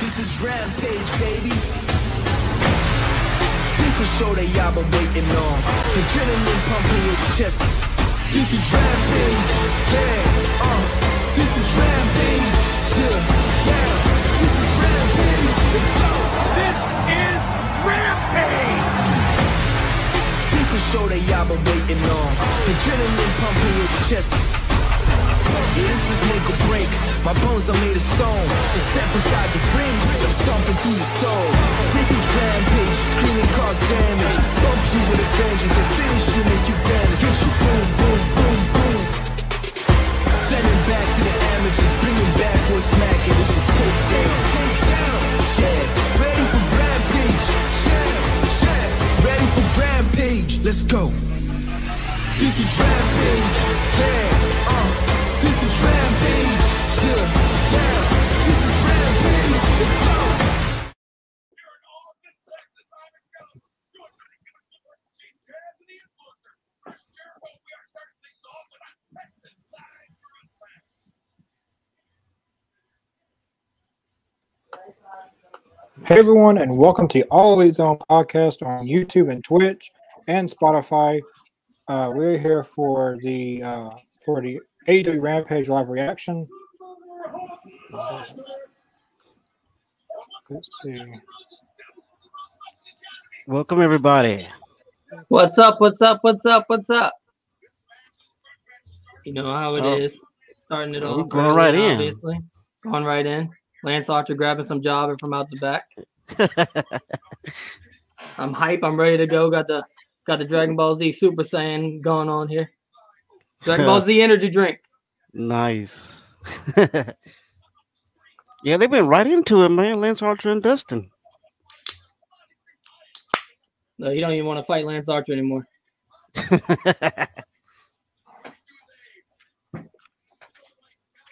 is Rampage, baby. This the show that y'all been waiting on. Adrenaline pumping your chest. This is Rampage, yeah, uh. This is Rampage, yeah, yeah. This is Rampage, let's go. This is Rampage! This the show that y'all been waiting on. Adrenaline pumping your chest. Yeah, this is make or break. My bones are made of stone. Just step inside the ring, I'm stomping through the soul. This is rampage, screaming cause damage. Bump you with a vengeance and finish you, make you vanish. Get you boom, boom, boom, boom. Send it back to the amateurs, bring it back for a smack. And this is takedown, takedown. Yeah, ready for rampage. Yeah, yeah, ready for rampage. Let's go. This is rampage, yeah, uh. This is rampage, yeah, yeah. This is rampage, let's go. Hey everyone, and welcome to All Elite Zone podcast on YouTube and Twitch and Spotify. Uh, we're here for the uh, for the AEW Rampage live reaction. Let's see. Welcome everybody. What's up? What's up? What's up? What's up? You know how it is. Oh. Starting it We're all. going right in. Obviously. Going right in. Lance Archer grabbing some jobber from out the back. I'm hype. I'm ready to go. Got the got the Dragon Ball Z Super Saiyan going on here. Dragon Ball Z energy drink. nice. yeah, they've been right into it, man. Lance Archer and Dustin. No, you don't even want to fight Lance Archer anymore.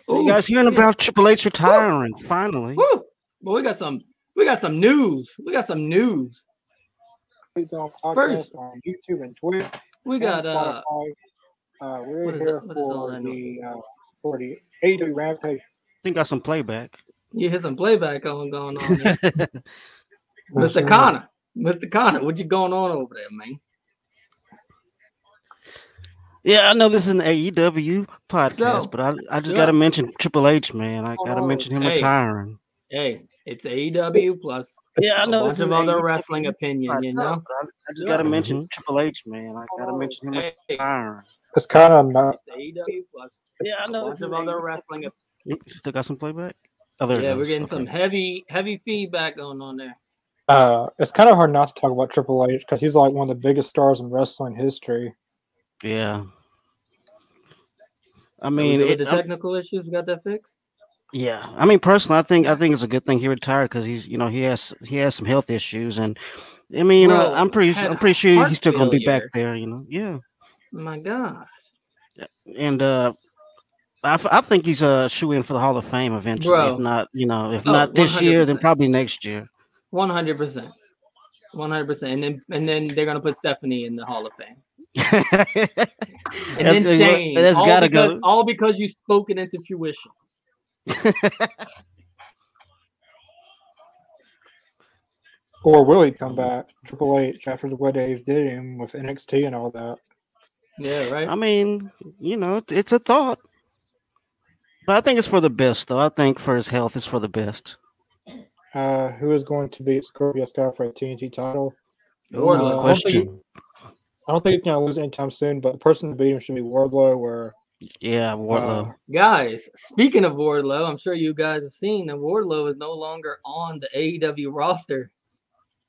So you guys hearing shit. about Triple H retiring finally? Woo! Well, we got some. We got some news. We got some news. Elite Zone podcast First. on YouTube and Twitch. We got uh. Spotify. Uh, what we're is here that- what is all for that the uh, for the AEW Rampage. think got some playback. You hear some playback on going on, there. Sure. Mr. Connor. Mr. Connor, what you going on over there, man? Yeah, I know this is an AEW podcast, So, but I, I just so- gotta mention Triple H, man. I gotta Oh, mention him hey. retiring. Hey, it's AEW plus Yeah, I a know bunch this is of an E other AEW wrestling opinion, podcast, you know. but I, I just gotta Yeah. mention Triple H, man. I gotta mention him Oh, Hey, it's retiring. It's kind of not. AEW plus Yeah, I a bunch of E other wrestling. op- You still got some playback? Oh, there it Yeah, we're goes. getting Okay. some heavy, heavy feedback going on there. Uh, it's kind of hard not to talk about Triple H because he's like one of the biggest stars in wrestling history. Yeah. I Are we mean, good with it- the I'm- technical issues, we got that fixed. yeah. I mean, personally, I think I think it's a good thing he retired because he's, you know, he has he has some health issues, and I mean, Well, uh, I'm pretty sure had I'm pretty sure heart he's still gonna be back failure. there, you know. Yeah, My God, and uh, I, f- I think he's a shoe in for the Hall of Fame eventually. Bro. If not, you know, if Oh, not this year, then 100%. probably next year. one hundred percent, one hundred percent, and then and then they're gonna put Stephanie in the Hall of Fame, and That's- uh, then Shane. that's all gotta because, go. All because you spoke it into fruition. Or will he come back? Triple H after the way Dave did him with NXT and all that. Yeah, right. I mean, you know, it- it's a thought, but I think it's for the best, though. I think for his health, it's for the best. Uh, who is going to beat Scorpio Sky for a TNT title? Wardlow. Uh, I don't think he- I don't think he's gonna lose anytime soon, but the person to beat him should be Wardlow or Yeah, Wardlow. uh, Guys, speaking of Wardlow, I'm sure you guys have seen that Wardlow is no longer on the AEW roster.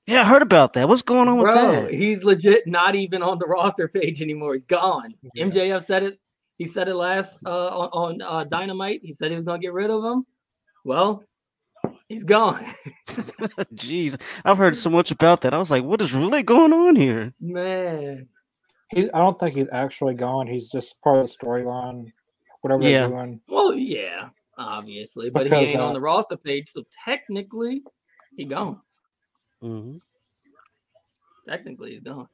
yeah, I heard about that. What's going on Bro, with that? he's legit not even on the roster page anymore. He's gone. Yeah. MJF said it. He said it last uh, on, on uh, Dynamite. He said he was gonna get rid of him. Well, he's gone. Jeez, I've heard so much about that. I was like, what is really going on here? Man, he, I don't think he's actually gone. He's just part of the storyline, whatever Yeah. they're doing. well, yeah, obviously, but Because, he ain't uh, on the roster page, so technically, he gone. Mm-hmm. Mhm. Technically, he's gone.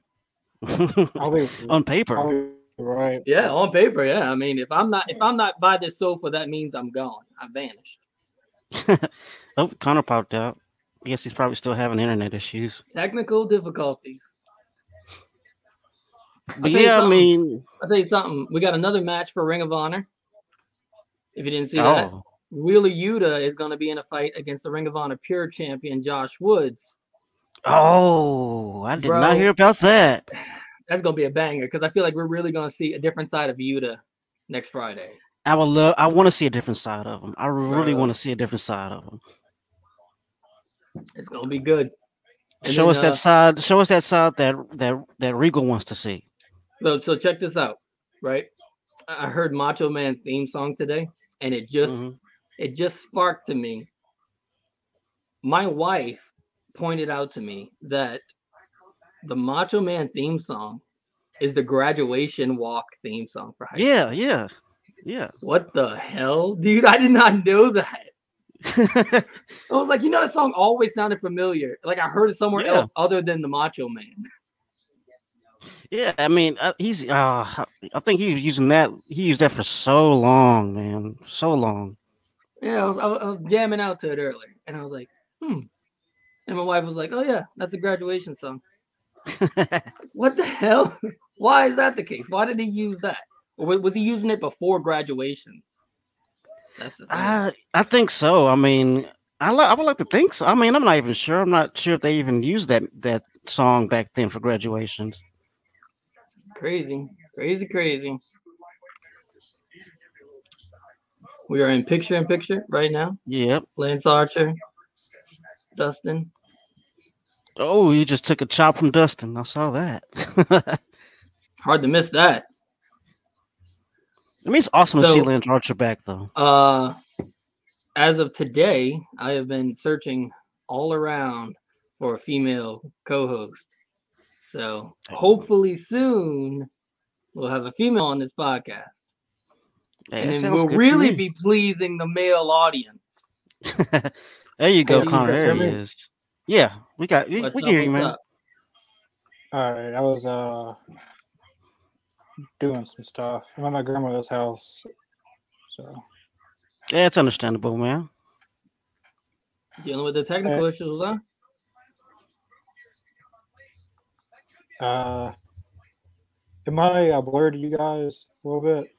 I'll be, on paper. I'll be right. Yeah, on paper, yeah. I mean, if I'm not if I'm not by this sofa, that means I'm gone. I vanished. oh, Connor popped out. I guess he's probably still having internet issues. Technical difficulties. I'll But tell you yeah, I something. mean, I'll tell you something. We got another match for Ring of Honor. If you didn't see that, oh, Wheeler Yuta is going to be in a fight against the Ring of Honor Pure Champion Josh Woods. oh, I did Bro. not hear about that. That's going to be a banger because I feel like we're really going to see a different side of Yuta next Friday. I would love. I want to see a different side of him. I really Bro. want to see a different side of him. It's going to be good. And show then, us uh, that side. Show us that side that that that Regal wants to see. So, so check this out, right? I I heard Macho Man's theme song today, and it just Mhm. it just sparked to me. My wife pointed out to me that the Macho Man theme song is the graduation walk theme song for high school. Yeah, yeah, yeah. What the hell, dude? I did not know that. yeah, I was like, you know, that song always sounded familiar. Like I heard it somewhere Yeah. else other than the Macho Man. I mean, uh, he's. Uh, I I think he was using that. He used that for so long, man. So long. Yeah, I was, I was, I was jamming out to it earlier, and I was like, hmm. And my wife was like, oh yeah, that's a graduation song. What the hell? Why is that the case? Why did he use that? Or was, was he using it before graduations? That's the thing. I I think so. I mean, I li- I would like to think so. I mean, I'm not even sure. I'm not sure if they even used that that song back then for graduations. crazy, crazy, crazy. We are in picture in picture right now. Yep. Lance Archer, Dustin. Oh, you just took a chop from Dustin. I saw that. I Hard to miss that. mean, it's awesome to see So- Lance Archer back though. Uh, as of today, I have been searching all around for a female co-host. So hopefully soon we'll have a female on this podcast, Hey, that and then sounds we'll good to really me. be pleasing the male audience. there you go, Hey, you Connor. guys There hear he me? is. Yeah, we got we, What's we up, can hear you, what's man. up? All right, I was uh doing some stuff. I'm at my grandmother's house, so Yeah, it's understandable, man. Dealing with the technical issues, huh? uh, am I uh, blurred to you guys a little bit?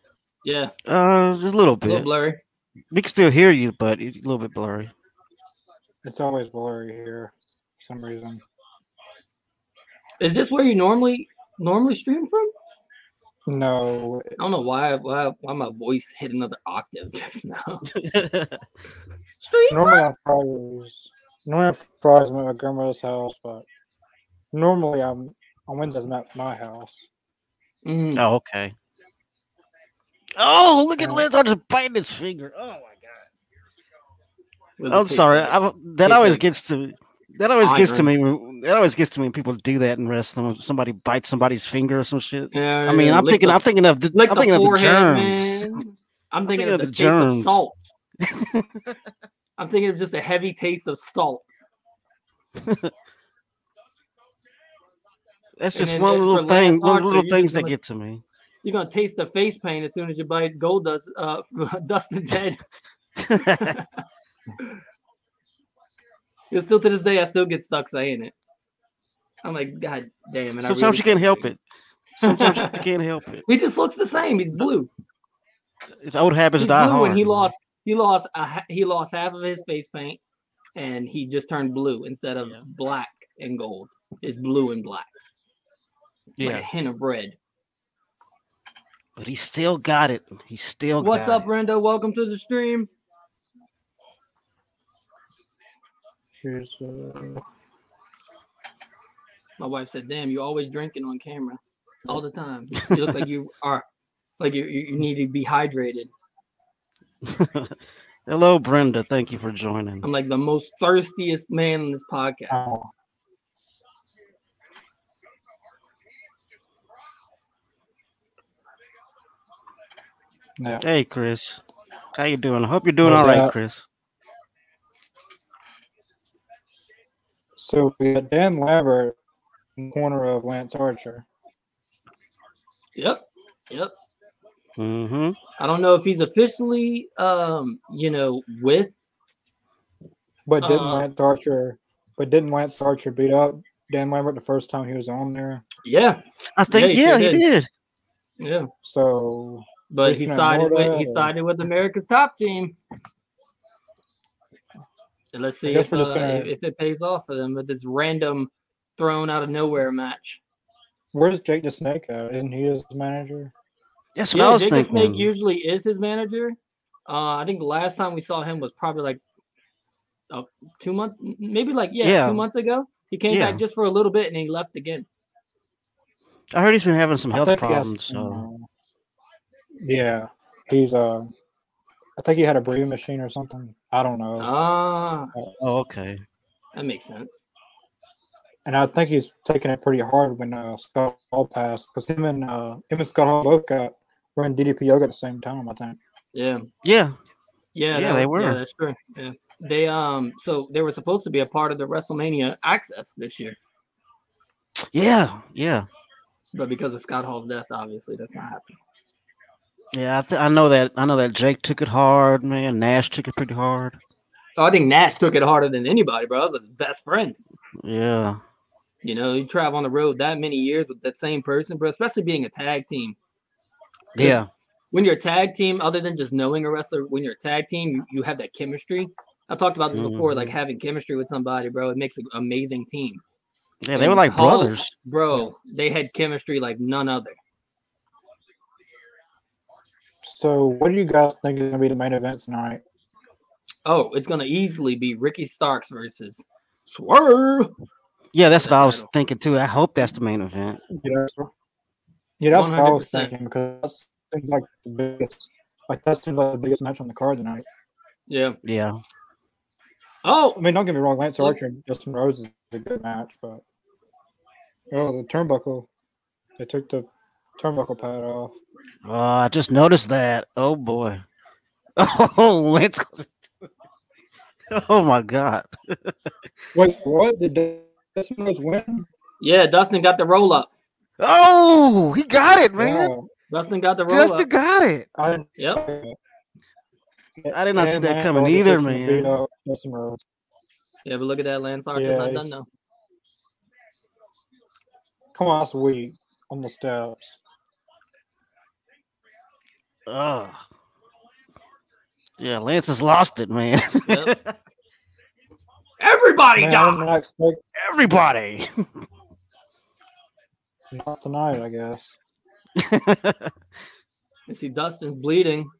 Yeah, Uh, just a little a little bit. blurry. We can still hear you, but it's a little bit blurry. It's always blurry here for some reason. Is this where you normally normally stream from? No, I don't know why why why my voice hit another octave just now. Stream normally on Fridays, normally on Fridays I'm at my grandmother's house, but normally I'm on Wednesdays I'm at my house. Mm, oh, okay. Oh, look at Yeah. Lance Archer biting his finger. Oh my god. was a I'm picture. sorry. I, that Take always it. gets to me. That always gets to Iron. me. when- That always gets to me when people do that in wrestling. When somebody bites somebody's finger or some shit. Yeah, I mean, yeah, I'm lick thinking. the- I'm thinking of. The, lick I'm the thinking of the forehead, germs. man. I'm thinking thinking of of the, the taste of germs. salt. I'm thinking of just a heavy taste of salt. That's And just then one it- little for thing. One of Lance the Archer, little you're things just that gonna- get to me. You're gonna taste the face paint as soon as you bite gold dust uh Dustin's head. It's still to this day I still get stuck saying it. I'm like, God damn it. I Sometimes you really- can't help it. Sometimes you can't help it. He just looks the same. He's blue. It's old habits He's die blue, hard. and he man. lost. He lost. A, ha- he lost half of his face paint, and he just turned blue instead of Yeah. black and gold. It's blue and black, like a Yeah, hint of red. but he still got it. He still What's got up, it. Rendo? Welcome to the stream. Here's uh, My wife said, "Damn, you always drinking on camera, all the time. You look like you are, like you you you need to be hydrated." Hello, Brenda. Thank you for joining. I'm like the most thirstiest man in this podcast. oh, yeah. Hey, Chris. How you doing? I hope you're doing What's all right, up? Chris. So we had Dan Lambert in the corner of Lance Archer. Yep, yep. Mm-hmm. I don't know if he's officially, um, you know, with But didn't Uh, Lance Archer? But didn't Lance Archer beat up Dan Lambert the first time he was on there? Yeah, I think he sure yeah, he did. did. yeah. So But Jason he sided with he Momoa. sided with America's top team. And let's see guess if, we're just uh, gonna- if if it pays off for them with this random thrown out of nowhere match. where's Jake the Snake at? Isn't he his manager? That's what I Yeah, was Jake the thinking. Snake usually is his manager. Uh, I think the last time we saw him was probably like uh, two months, maybe like yeah, Yeah. two months ago. He came Yeah. back just for a little bit and he left again. I heard he's been having some I health think he has- problems. So uh, yeah, he's uh, I think he had a breathing machine or something. I don't know. Ah, oh, okay. that makes sense. and I think he's taking it pretty hard when uh, Scott Hall passed because him and uh, him and Scott Hall both got were in DDP yoga at the same time. I think. Yeah. Yeah. Yeah, Yeah, that- they Yeah, were. that's true. Yeah. They um so they were supposed to be a part of the WrestleMania access this year, Yeah. Yeah. but because of Scott Hall's death, obviously that's not happening. Yeah. I, th- I know that. I know that Jake took it hard, man. Nash took it pretty hard. Oh, I think Nash took it harder than anybody, bro. That was his best friend. Yeah. You know, you travel on the road that many years with that same person, bro, especially being a tag team. Yeah. Yeah. When you're a tag team, other than just knowing a wrestler, when you're a tag team, you, you have that chemistry. I talked about Mm-hmm. this before, like having chemistry with somebody, bro. It makes an amazing team. Yeah. They were And like Hall- brothers. Bro, they had chemistry like none other. So, what do you guys think is going to be the main event tonight? Oh, it's gonna easily be Ricky Starks versus Swerve. Yeah. That's that what I was title. thinking too. I hope that's the main event. You know, so- yeah, that's what I was 100%. thinking because that seems like the biggest, like that seems like the biggest match on the card tonight. Yeah. Yeah. Oh, I mean, don't get me wrong, Lance Look- Archer and Justin Rose is a good match, but oh, the turnbuckle, they took the turnbuckle pad off. Oh, I just noticed that. Oh boy. Oh, Lance. goes- Oh my God. Wait, what did Justin Rose win? yeah. Dustin got the roll up. Oh, he got it, man. Wow, Dustin got the roll Justin up. got it. I didn't Yep. see that. I did not see And that Lance coming Archer either, fixing to beat man. up Dustin Rhodes. Yeah, but look at that, Lance Archer's Yeah, not he's- done now. Come on, that's weak on the steps. Ugh. Yeah, Lance has lost it, man. Yep. Everybody Man, I did not dies. expect Everybody. not tonight, I guess. You see, Dustin's bleeding.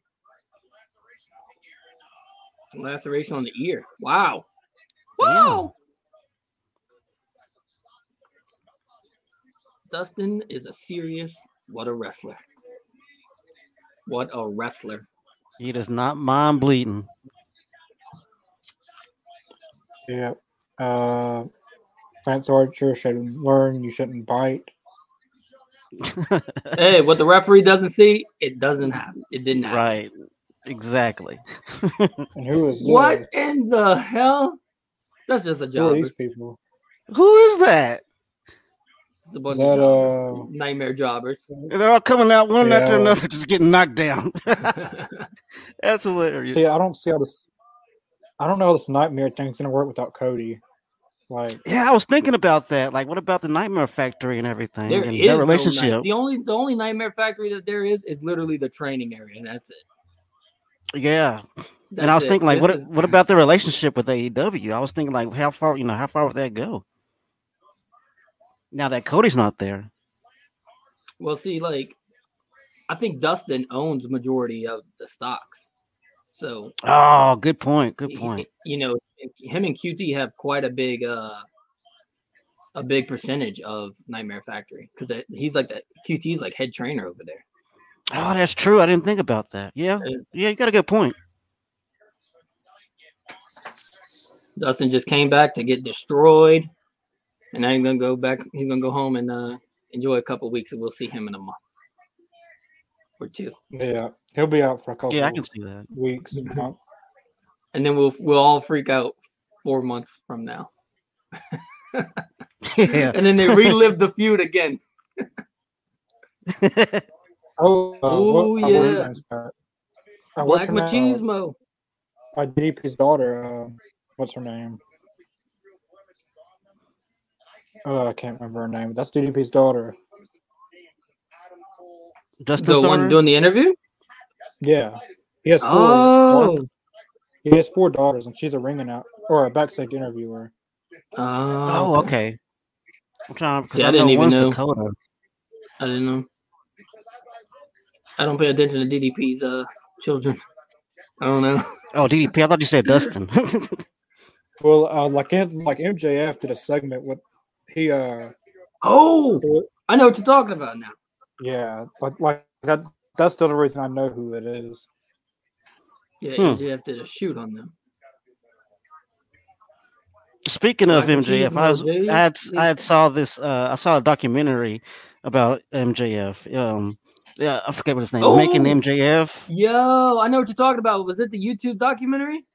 Laceration on the ear. Wow. Wow. Dustin is a serious. What a wrestler. What a wrestler. he does not mind bleeding. Yeah. Uh, Lance Archer should learn you shouldn't bite. hey, what the referee doesn't see, it doesn't happen. It didn't happen. Right. Exactly. And who is What this? in the hell? That's just a Who are job. these people? Who is that? It's a Is bunch of that jobbers. uh? nightmare jobbers. They're all coming out one after Yeah. another, just getting knocked down. That's hilarious. See, I don't see how this. I don't know how this nightmare thing's gonna work without Cody. Like, Yeah, I was thinking about that. Like, what about the Nightmare Factory and everything There and is their no night- relationship? the only the only nightmare factory that there is is literally the training area, and that's it. yeah, and I That's was it. thinking like, This what is- what about the relationship with AEW? I was thinking like, how far you know how far would that go? Now that Cody's not there, Well, see, like I think Dustin owns majority of the stocks, so oh, good point, good he- point. You know, him and QT have quite a big uh a big percentage of Nightmare Factory because he's like that QT's like head trainer over there. Oh, that's true. I didn't think about that. Yeah, Yeah. yeah, you got a good point. Dustin just came back to get destroyed, and now he's gonna go back. He's gonna go home and uh, enjoy a couple weeks, and we'll see him in a month or two, yeah, he'll be out for a couple Yeah, I can see that. weeks. month. and then we'll we'll all freak out four months from now, Yeah. and then they relive the feud again. Oh, uh, Ooh, what- I was yeah. gonna say. Uh, what's Black her name? Machismo. Uh, DDP's daughter. Um, what's her name? Oh, I can't remember her name. That's DDP's daughter. Dustin The one doing the interview? Yeah, he has four. Oh. He has four daughters, and she's a ring out or a backstage interviewer. Oh, Oh, okay. I'm trying because See, I, I know didn't even one's know. Dakota. I didn't know. I don't pay attention to DDP's uh children. I don't know. Oh, DDP. I thought you said Dustin. Well, uh, like in, like MJF did a segment with he uh Oh, I know what you're talking about now. yeah like like that that's still the reason I know who it is. Yeah, Hmm. MJF did a shoot on them. Speaking of Like, she MJF, was I was Mosaic, I had, she- I had saw this. Uh, I saw a documentary about MJF. Um, yeah, I forget what his name. Making Oh! MJF. Yo, I know what you're talking about. Was it the YouTube documentary?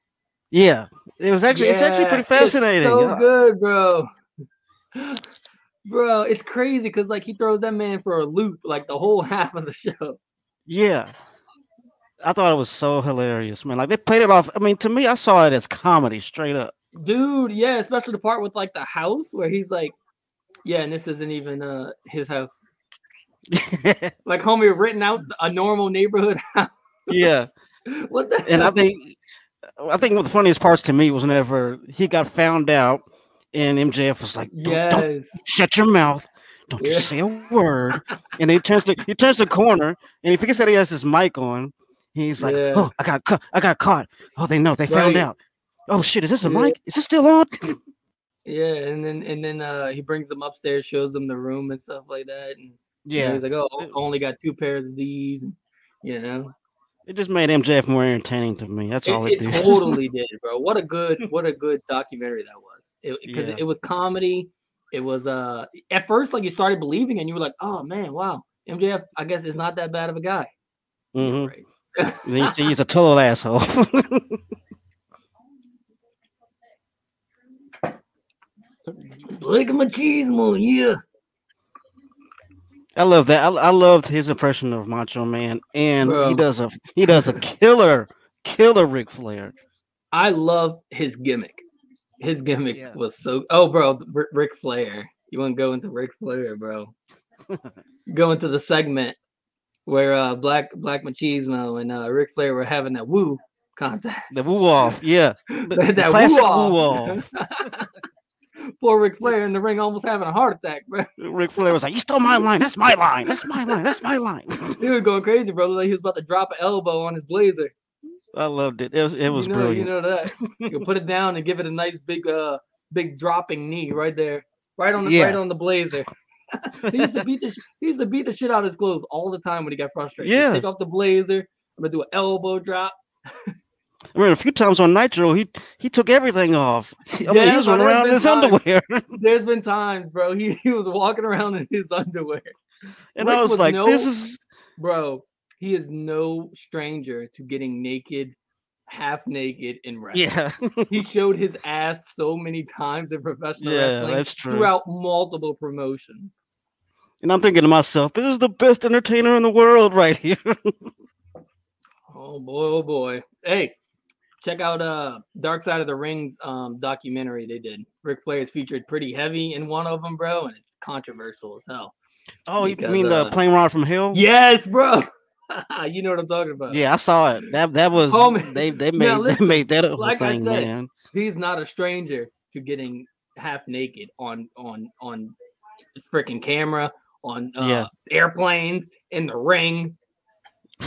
Yeah, it was actually it's actually Yeah, pretty fascinating. It's so Uh, good, bro. Bro, it's crazy because like he throws that man for a loop like the whole half of the show. Yeah. I thought it was so hilarious, man. Like they played it off. I mean, to me, I saw it as comedy straight up. Dude, yeah, especially the part with like the house where he's like, Yeah, and this isn't even uh his house. Like homie written out a normal neighborhood house. yeah. What the And I hell? think I think one of the funniest parts to me was whenever he got found out and MJF was like, Don't, yes. don't shut your mouth. Don't you Yeah. say a word. and then he turns the he turns the corner and he forgets that he has his mic on. He's like, Yeah. Oh, I got cu- I got caught. Oh, they know, they found Right. out. Oh shit, is this a Yeah. mic? Is this still on? Yeah, and then and then uh he brings them upstairs, shows them the room and stuff like that. And you know, yeah. he's like, Oh, I only got two pairs of these, and, you know. It just made MJF more entertaining to me. That's It, all it it, did. totally did, bro. What a good what a good documentary that was. It, because Yeah. it was comedy. It was uh at first like you started believing and you were like, oh man, wow, MJF, I guess is not that bad of a guy. Mhm. Right. And Then you see he's a total asshole. Look at machismo, yeah. I love that. I, I loved his impression of Macho Man, and Bro. he does a he does a killer killer Ric Flair. I love his gimmick. His gimmick Yeah. was so. Oh, bro, Rick, Ric Flair. You want to go into Ric Flair, bro? go into the segment where uh Black Black Machismo and uh Ric Flair were having that woo contest. The woo off, yeah, the, the that classic woo-ah. woo off. Poor Ric Flair in the ring, almost having a heart attack, bro. Ric Flair was like, "You stole my line. That's my line. That's my line. That's my line." He was going crazy, bro. Like he was about to drop an elbow on his blazer. I loved it. It was it was you know, brilliant. You know that. You can put it down and give it a nice big, uh, big dropping knee right there, right on the Yeah. right on the blazer. he used to beat the sh- he used to beat the shit out of his clothes all the time when he got frustrated. He'd Yeah. Take off the blazer. I'm gonna do an elbow drop. I mean, a few times on Nitro, he he took everything off. I mean, he Yes, was on running around in every his time. underwear, There's been times, bro. He, he was walking around in his underwear, and Ric I was with like, "This no- is bro. He is no stranger to getting naked, half naked in wrestling. yeah, he showed his ass so many times in professional yeah, wrestling that's true." throughout multiple promotions. And I'm thinking to myself, this is the best entertainer in the world right here. Oh boy, oh boy. Hey, check out uh Dark Side of the Rings um documentary they did. Ric Flair is featured pretty heavy in one of them, bro, and it's controversial as hell. Oh, you Because, mean the uh, plane ride from hell? Yes, bro. you know what I'm talking about. Yeah, I saw it. That that was Homie, they they made now they listen, made that up like I thing, said, man. He's not a stranger to getting half naked on on on freaking camera, on uh, Yeah. airplanes, in the ring.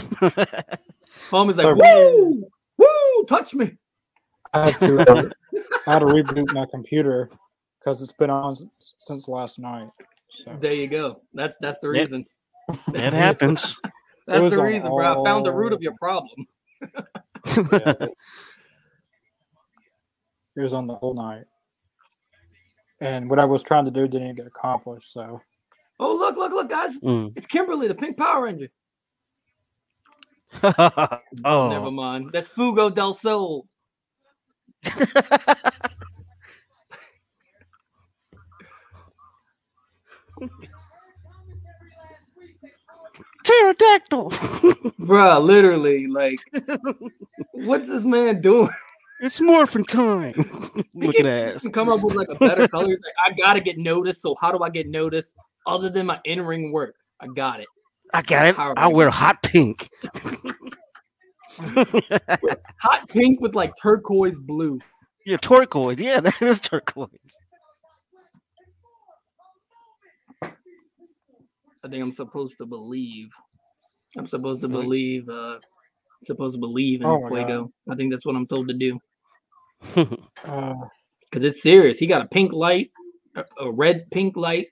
Homie's So- like, woo, woo, touch me. I had to uh, I had to reboot my computer because it's been on s- since last night. So There you go. That's that's the Yeah. reason. That happens. That's was the on reason, bro. I found the root all- of your problem. yeah, it was on the whole night, and what I was trying to do didn't get accomplished. So Oh, look, look, look, guys. Mm. It's Kimberly, the pink Power Ranger. Never oh, mind. That's Fugo del Sol. pterodactyl. Bruh, literally, like, what's this man doing? It's morphin' time. Looking ass. Come up with like a better color. It's like, I gotta get noticed. So how do I get noticed other than my in ring work? I got it. I got it. Power I Ranger. wear hot pink. Hot pink with like turquoise blue. You're turquoise. Yeah, that is turquoise. I think I'm supposed to believe. I'm supposed to believe. Uh, supposed to believe in Oh my Fuego. I think that's what I'm told to do. Uh, Cause it's serious. He got a pink light, a, a red pink light.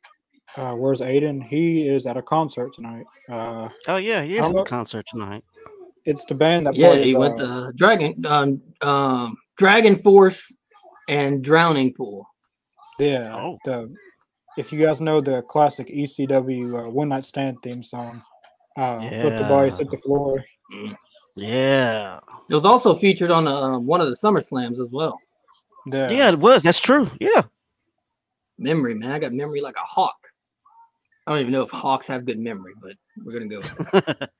uh, where's Aiden? He is at a concert tonight. Uh, oh yeah, he is in Hello? the concert tonight. it's the band that Yeah, plays. he went uh, to Dragon, um, um, Dragon Force, and Drowning Pool. Yeah. Oh. The, if you guys know the classic ECW uh, One Night Stand theme song, uh, "Put the Yeah. bodies hit the floor." Yeah. It was also featured on uh, one of the Summer Slams as well. The, yeah, it was. That's true. Yeah, Memory, man, I got memory like a hawk. I don't even know if hawks have good memory, but we're gonna go. with that.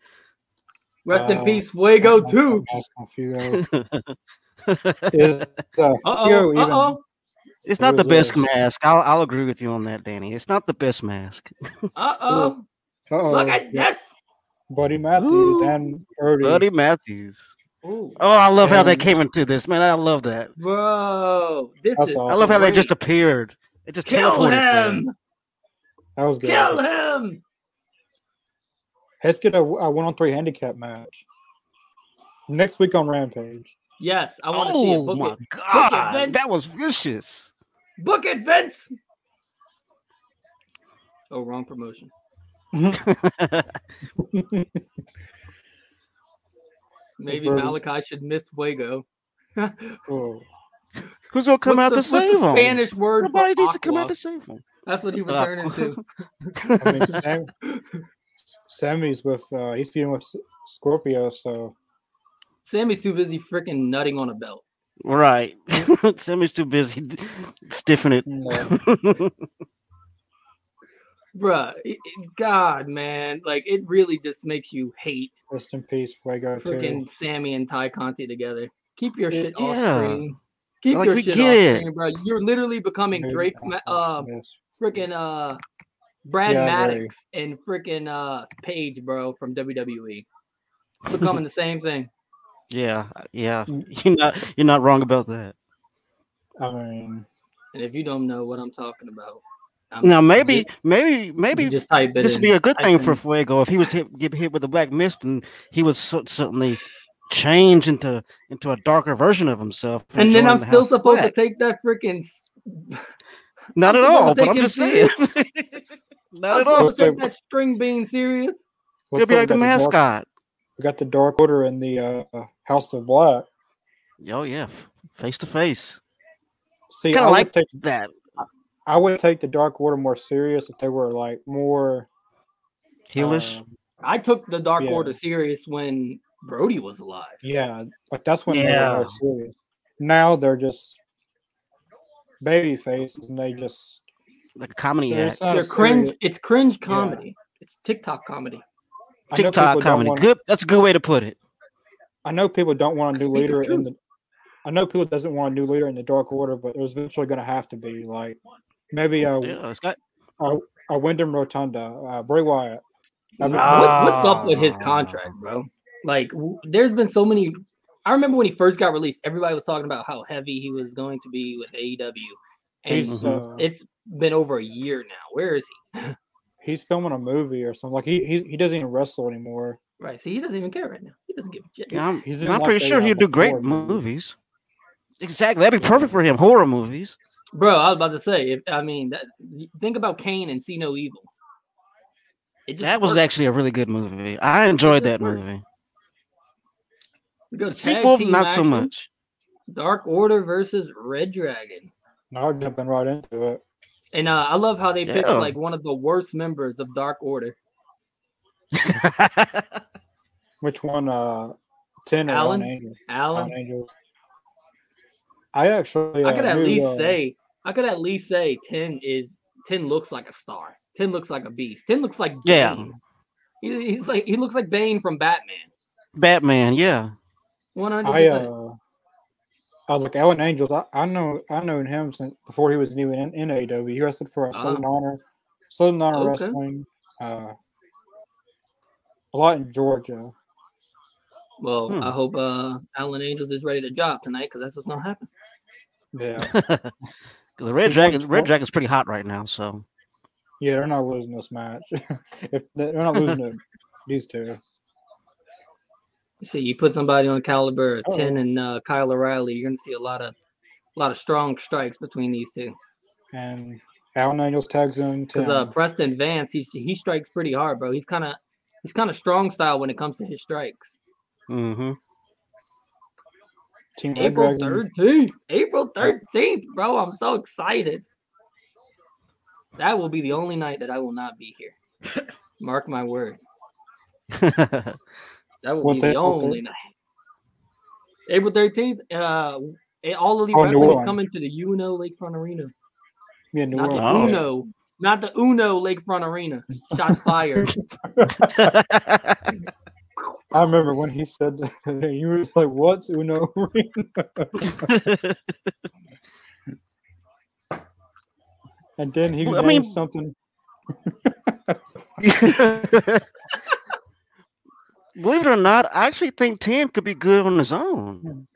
Rest in Uh, peace, Fuego Two. I'm asking Fugo. is uh, Fugo Uh even? oh, it's not the There was best a- mask. I'll, I'll agree with you on that, Danny. It's not the best mask. uh oh, Uh-oh, uh oh! Look at yeah, this. Buddy Matthews Ooh, and Birdie. Buddy Matthews. Ooh, Oh, I love how they And- came into this, man. I love that. bro, this That's is. awesome. I love how they great. just appeared. It just kill teleported. there. him. That was good. Kill him. Let's get a, a one-on-three handicap match next week on Rampage. Yes, I want to see it. Oh Book my it. god, Vince. that was vicious. Book it, Vince. Oh, wrong promotion. Maybe Burger. Malachi should miss Fuego. Oh, Who's gonna come What's out the- to what's the save him? Spanish word. for Nobody needs to come out aqua? to save him. That's what he was Uh, turning into. I mean, Sam, Sammy's with uh, he's feuding with S- Scorpio, so Sammy's too busy freaking nutting on a belt. Right. Sammy's too busy d- stiffing it. you know, Bruh, it- it- God, man. Like, it really just makes you hate rest in peace, Fuego. Too. freaking Sammy and Ty Conti together. Keep your Yeah. shit off screen. Keep Like, your we shit get off it. screen, bro. You're literally becoming Maybe Drake, Ma- not, uh, yes. freaking uh, Brad Yeah, I Maddox and freaking uh, Paige, bro, from WWE. Becoming the same thing. Yeah, yeah. Mm. You're not you're not wrong about that. I mean, And if you don't know what I'm talking about, I'm Now maybe maybe maybe just type it this in. would be a good I thing for think- Fuego if he was hit get hit with the black mist and he would so- suddenly change into into a darker version of himself. And then join I'm the still House of supposed to Black. take that freaking. Not I'm at supposed to all, but take I'm him just saying. Not I'm at all. supposed to Also- take that string being serious. He'll what's be up, like the we got dark- mascot. We got the Dark Order and the uh, uh, House of Black. Oh yeah, f- face to face. See, Kinda I like- would take That I would take the Dark Order more serious if they were like more heelish. um, I took the Dark Yeah. Order serious when Brody was alive. yeah, like that's when they were Yeah. more serious. Now they're just baby faces, and they just like a comedy they're- act. it's not They're serious. cringe. It's cringe comedy. It's TikTok comedy. I know TikTok people don't comedy. wanna- Good. That's a good way to put it. I know people don't want a Speak new the leader in truth. the. I know people doesn't want a new leader in the Dark Order, but it was eventually going to have to be like maybe a Yeah, it's got a Wyndham Rotunda, uh, Bray Wyatt. I mean, What- what's up with his Ah. contract, bro? Like, w- there's been so many. I remember when he first got released, everybody was talking about how heavy he was going to be with AEW, and he's Mhm. uh, it's been over a year now. Where is he? he's filming a movie or something. Like he he, he doesn't even wrestle anymore. Right, see, he doesn't even care right now. He doesn't give a shit. Yeah, I'm, He's in I'm like pretty a, sure uh, he'd do great horror movie. movies. Exactly, that'd be perfect for him. Horror movies. Bro, I was about to say, if I mean, that, think about Kane and See No Evil. It just That was worked. actually a really good movie. I enjoyed It that worked. movie. We go The tag sequel, team not so action, much. Dark Order versus Red Dragon. Now I'm jumping right into it. And uh, I love how they picked Yeah. like one of the worst members of Dark Order, Which one? Uh, ten or Alan? Alan Angel? Alan. Alan Angel. I actually. I uh, could at knew, least uh, say, I could at least say ten is ten looks like a star. Ten looks like a beast. Ten looks like Bane. Yeah. He, he's like he looks like Bane from Batman. Batman, yeah. One hundred I percent. uh, I was like Ellen Angels. I, I know I known him since before he was new in in AW. He wrestled for uh, Ah. Southern Honor, Southern Honor Okay. Wrestling, uh, a lot in Georgia. Well, Hmm. I hope uh Alan Angels is ready to drop tonight because that's what's gonna happen. Yeah, Because the Red Who's Dragon, on Red top? Dragon's pretty hot right now. So yeah, they're not losing this match. if they're not losing to these two, See, you put somebody on caliber of Uh-oh. ten and uh, Kyle O'Reilly, you're gonna see a lot of a lot of strong strikes between these two. and Allen Angels tags in um, Tim. Because uh, Preston Vance, he he strikes pretty hard, bro. He's kind of he's kind of strong style when it comes to his strikes. hmm Team Red April Dragon. thirteenth, April thirteenth, bro. I'm so excited. That will be the only night that I will not be here. Mark my word. That will What's be the April only night. April thirteenth. Uh, eh, all of these Oh, New wrestlers Orleans. coming to the Uno Lakefront Arena. Yeah, New Not the Wow. Orleans. Uno, not the Uno Lakefront Arena. Shots fired. I remember when he said that. You were just like, "What's Uno?" and then he Well, I named mean- something. Believe it or not, I actually think Ten could be good on his own.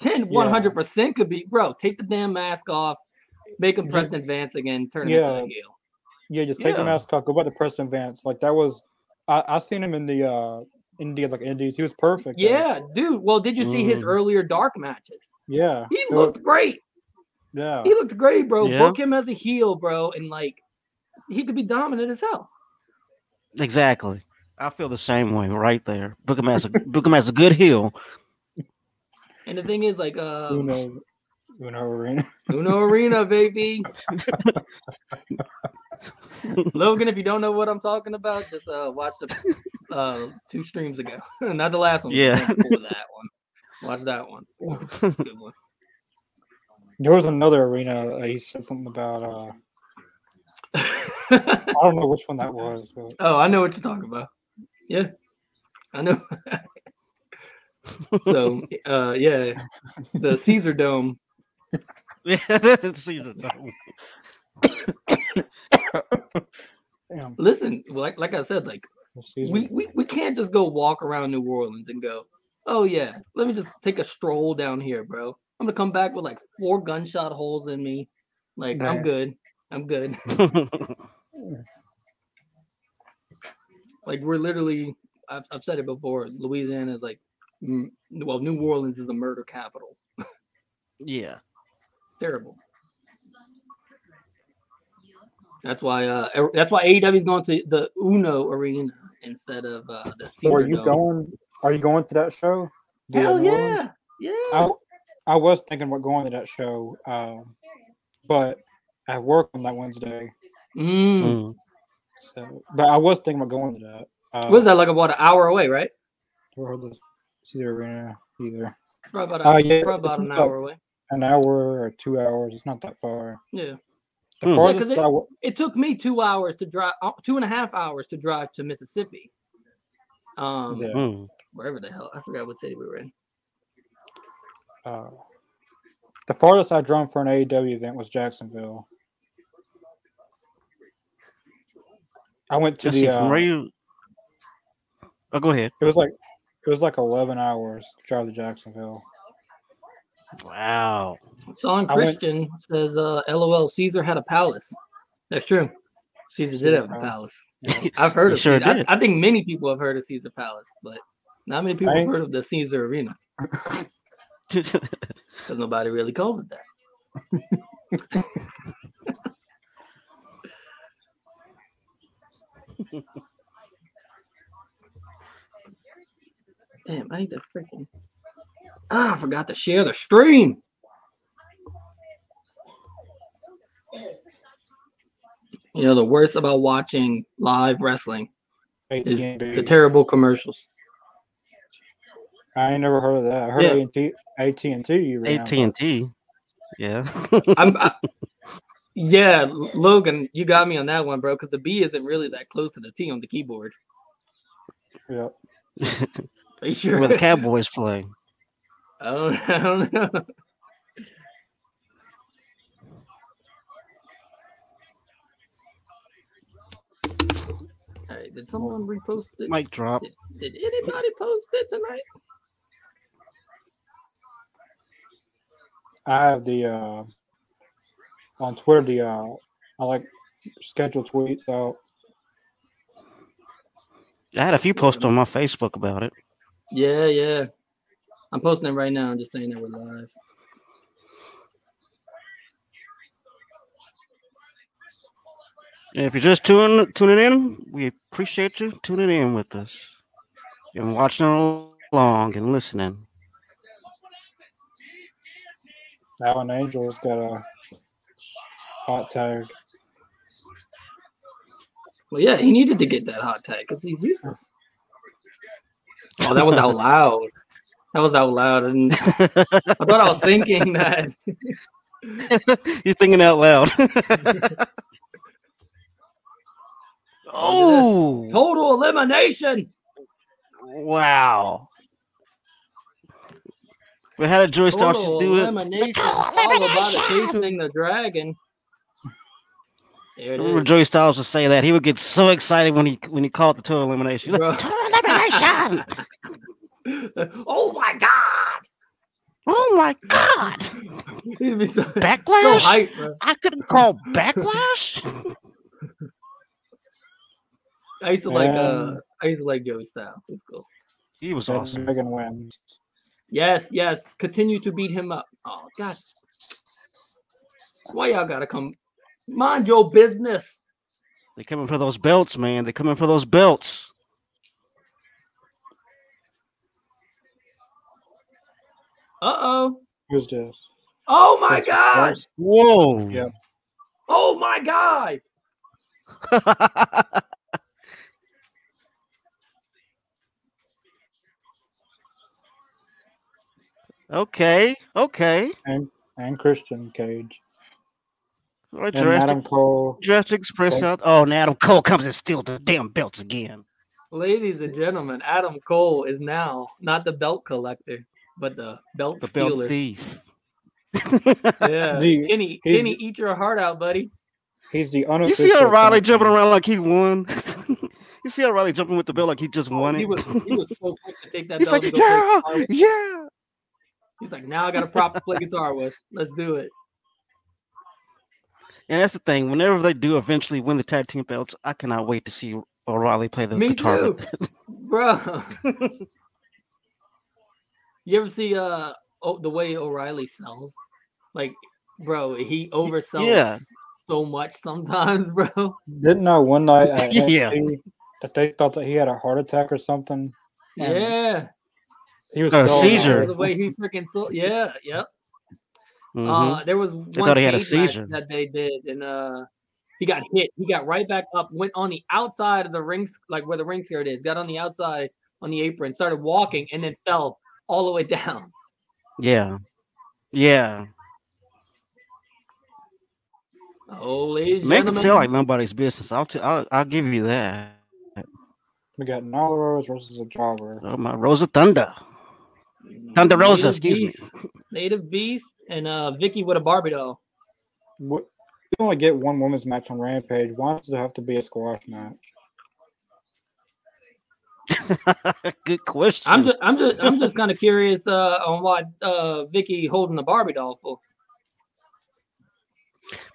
10 100% could be bro take the damn mask off make him Preston Vance again turn him Yeah. into a heel Yeah, just take Yeah. the mask off. Go back to Preston Vance. Like that was, I, I seen him in the uh India like Indies. He was perfect. there. yeah dude well did you see his Mm. earlier dark matches yeah, he There was- looked great yeah. he looked great bro Yeah. book him as a heel bro and like he could be dominant as hell Exactly. I feel the same way right there. Book him as a book him as a good heel. and the thing is like uh Uno, Uno Arena. Uno Arena baby Logan if you don't know what I'm talking about just uh watch the uh two streams ago not the last one but the Yeah. one before that one watch that one good one There was another arena. Uh, he said something about. uh I don't know which one that was, but Oh, I know what you're talking about. Yeah, I know. so, uh, yeah, the Caesar Dome. Yeah, that's either no. damn, Listen, like like I said, like this season- we, we we can't just go walk around New Orleans and go, oh yeah, let me just take a stroll down here, bro. I'm gonna come back with like four gunshot holes in me. Like I'm Nah. good, I'm good. Like we're literally, I've, I've said it before. Louisiana is like, mm, well, New Orleans is the murder capital. yeah. terrible. That's why. Uh, e- that's why AEW is going to the Uno Arena instead of uh, the. So are Cedar you Dome. going? Are you going to that show? The Hell New Orleans? yeah! Yeah. I, I was thinking about going to that show, um, but I have work on that Wednesday. Hmm. Mm. Mm. So, but I was thinking about going to that. Uh, What is that like? About an hour away, right? where was this? It's either arena, either Probably about, Uh, a- yes, probably it's about an not- hour away. an hour or two hours. It's not that far. Yeah. The Hmm. Yeah, 'cause farthest it- I wa- It took me two hours to drive, uh, two and a half hours to drive to Mississippi. Um, yeah, Mm. wherever the hell I forgot what city we were in. uh, the farthest I drove for an AEW event was Jacksonville. I went to Let's see, the. from Uh, where you- Oh, go ahead. it was like it was like eleven hours to drive to Jacksonville. Wow. Sean I went- Christian says, uh, "LOL, Caesar had a palace." That's true. Caesar did Caesar have a palace. palace. I've heard He of sure Caesar. I, did. I think many people have heard of Caesar Palace, but not many people have Right. heard of the Caesar Arena because nobody really calls it that. Damn, I need to freaking. Ah, I forgot to share the stream. You know, the worst about watching live wrestling is AT&T. the terrible commercials. I ain't never heard of that. I heard Yeah. AT&T, AT&T you ran out, AT and T. Yeah. I'm, I, yeah, L- Logan, you got me on that one, bro. Because the B isn't really that close to the T on the keyboard. but, yeah. Are you sure? Where the Cowboys play. I don't, I don't know. right. Did someone repost it? Mic drop. Did, did anybody post it tonight? I have the uh, on Twitter the uh, I like schedule tweets out. I had a few posts on my Facebook about it. Yeah, yeah. I'm posting it right now. I'm just saying that we're live. And if you're just tuning tuning in, we appreciate you tuning in with us and watching along and listening. Alan Angel's got a hot tag. Well, yeah, he needed to get that hot tag because he's useless. Oh, that was out loud. That was out loud, and I thought I was thinking that. You're thinking out loud. oh Total elimination. wow! We had a Joey Starks Total do it. elimination. Followed by the chasing the dragon. There I it remember is. Joey Styles would say that he would get so excited when he when he called the total elimination. He's like, Bro. elimination! oh my god! Oh my god! He'd be so, so Backlash! hyped, bro. I couldn't call backlash. I used to like uh, Um, I used to like Joey Styles. It's cool. he was That awesome. Dragon wins. Yes, yes. Continue to beat him up. Oh God. Why y'all gotta come? Mind your business. They coming for those belts, man. They coming for those belts. Uh oh. Who's this? Oh my Chris God. Price? Whoa! Yeah. Oh my God. okay. Okay. and Christian Cage All right, and Jurassic, Adam Cole. Jurassic Express Okay. out. Oh, now Adam Cole comes and steals the damn belts again. Ladies and gentlemen, Adam Cole is now not the belt collector, but the belt The belt stealer. thief. yeah. Dude, Kenny, he's- Kenny, eat your heart out, buddy. He's the You unofficial. see O'Reilly champion. jumping around like he won. you see O'Reilly jumping with the belt like he just won it. Oh, He was he was so quick to take that He's belt. like, and go play yeah, guitar with. yeah. He's like, now I got a prop to play guitar with. Let's do it. And that's the thing. Whenever they do eventually win the tag team belts, I cannot wait to see O'Reilly play the Me guitar. too, with- bro. you ever see uh oh, the way O'Reilly sells? Like, bro, he oversells yeah. so much sometimes, bro. Didn't know one night at Yeah. NXT that they thought that he had a heart attack or something. And Yeah, He was Or a so seizure. the loud. way he freaking sold. Yeah, yep. Mhm. Uh, there was one thought he had a cage match seizure. that they did, and uh, he got hit. He got right back up, went on the outside of the ring, s- like where the ring skirt is. Got on the outside on the apron, started walking, and then fell all the way down. yeah. Yeah. Holy Make it gentlemen. sound like nobody's business. I'll, t- I'll I'll give you that. We got Nyla Rose versus a jobber. Oh, my Rosa Thunder. Thunder Native Rosa, excuse me. Beast, Native Beast and uh, Vicky with a Barbie doll. What? You only get one women's match on Rampage. Why does it have to be a squash match? Good question. I'm just, I'm just, I'm just kind of curious uh, on what uh, Vicky holding the Barbie doll for.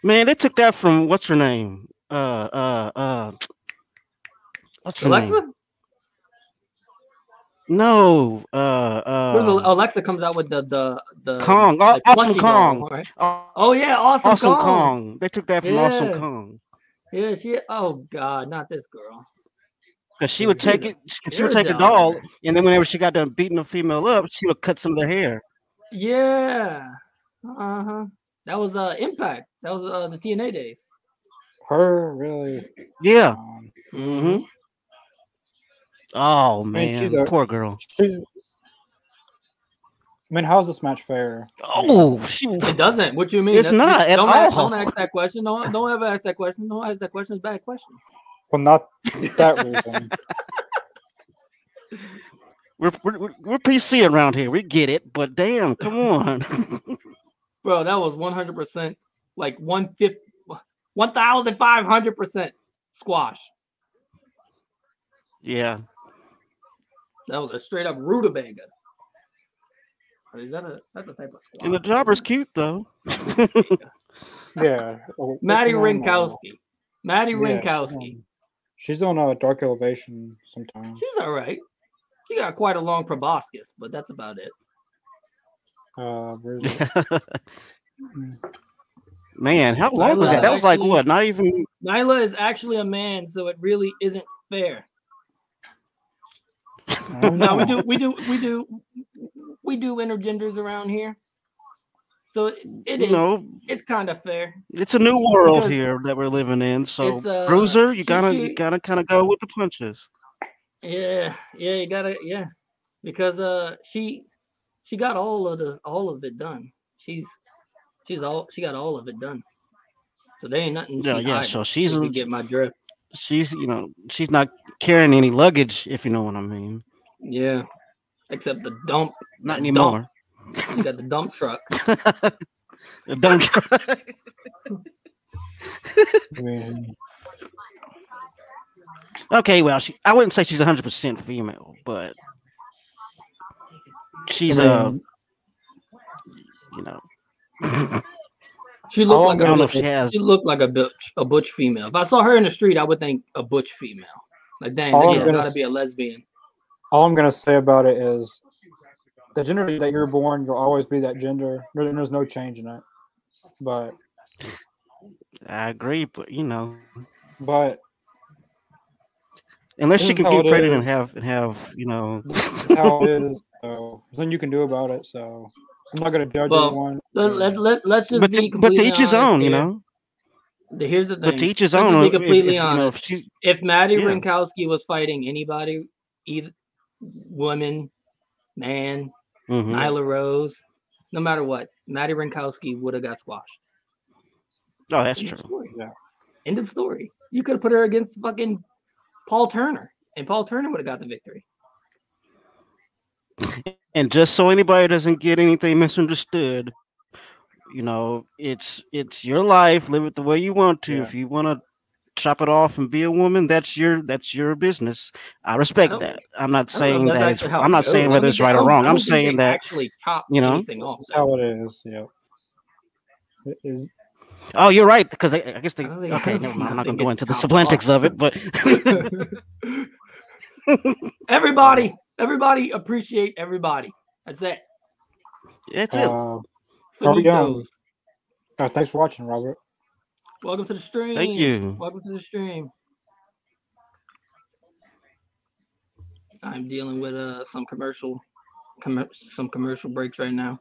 Man, they took that from what's her name? Uh, uh, uh. What's her name? Alexa, No. Uh, uh. Where's Al- Alexa comes out with the the the Kong. Aw- the Awesome plushie doll, Kong. right? Aw- Oh yeah, awesome, awesome Kong. Kong. They took that from Awesome Yeah. Kong Yeah, she. Oh God, not this girl. because she Yeah, would she's take a- it. She, she would you're a take a doll. doll, and then whenever she got done beating a female up, she would cut some of their hair. Yeah. Uh huh. That was uh Impact. That was uh the TNA days. Her really? Yeah. Um, Mm-hmm. Oh man, mean, she's a- poor girl. she, I mean, how's this match fair? Oh, she. It doesn't. What you mean? It's That's- not at don't Ask, all. don't ask that question. Don't don't ever ask that question. Don't ask that question. It's a bad question. Well, not that reason. We're, we're, we're- we're PC around here. We get it, but damn, come on. Bro, that was 100%, like 150, 1,500% squash. Yeah. That was a straight up rutabaga. Is that a that's a type of squash? And the jobber's cute though. Yeah. Oh, what's Maddie her name? Uh, Rinkowski. Maddie yeah, Rinkowski. She's on a dark elevation sometimes. She's all right. She got quite a long proboscis, but that's about it. Uh, where is it? Man, how long was that? That was like what? Not even. Nyla is actually a man, so it really isn't fair. I don't No, we know. do, we do, we do, we do intergenders around here. So it, it You is, know, it's kind of fair. it's a new world Because- here that we're living in. So It's, uh, Bruiser, you she- gotta she- you gotta kind of go with the punches. Yeah, yeah, you gotta, yeah, because uh, she, she got all of the, all of it done. She's, she's all, she got all of it done. So there ain't nothing. Yeah, she's yeah. hiding. So If she's you get my drift. she's you know she's not carrying any luggage if you know what I mean. Yeah, except the dump. Not the anymore. dump. You got the dump truck. The dump truck. I mean, okay, well, she, I wouldn't say she's 100 percent female, but she's uh, mean- you know, She looked like I don't know a if she she, has. looked like a butch a butch female. If I saw her in the street, I would think a butch female. Like dang, All that I'm girl gonna gotta s- be a lesbian. all I'm gonna say about it is, the gender that you're born, you'll always be that gender. There- There's no change in it. But I agree, but you know, but unless This she is can how get it pregnant and is. have and have you know, it's how it is. So there's nothing you can do about it. So I'm not gonna judge Well, anyone. Let, let, let, let's just but be to, but to completely each his honest own, you here. know. The- Here's the thing. But to each his Let's just own. be if- if- completely if, you know, if honest. she, if Maddie Yeah. Rinkowski was fighting anybody, either woman, man, Mhm. Nyla Rose, no matter what, Maddie Rinkowski would have got squashed. Oh, that's End of true. story. Yeah. End of story. You could have put her against fucking Paul Turner, and Paul Turner would have got the victory. And just so anybody doesn't get anything misunderstood, you know, it's it's your life. Live it the way you want to. Yeah. If you want to chop it off and be a woman, that's your that's your business. I respect don't- that. I'm not I don't saying know if that that's it's. how I'm it not goes. saying I whether don't it's think- I right or don't- I wrong. don't I'm think they saying that. actually chop you know, anything off. That's how it is. Yeah. It is- Oh, you're right because I, I guess they. I don't think- I okay, don't never think mind. I'm not going nothing to go gets into the chopped semantics off. of it, but everybody, everybody appreciate everybody. That's it. it's it. uh, Put Are we new done? toes. uh, thanks for watching, Robert. Welcome to the stream. Thank you. Welcome to the stream. I'm dealing with uh some commercial, com- some commercial breaks right now,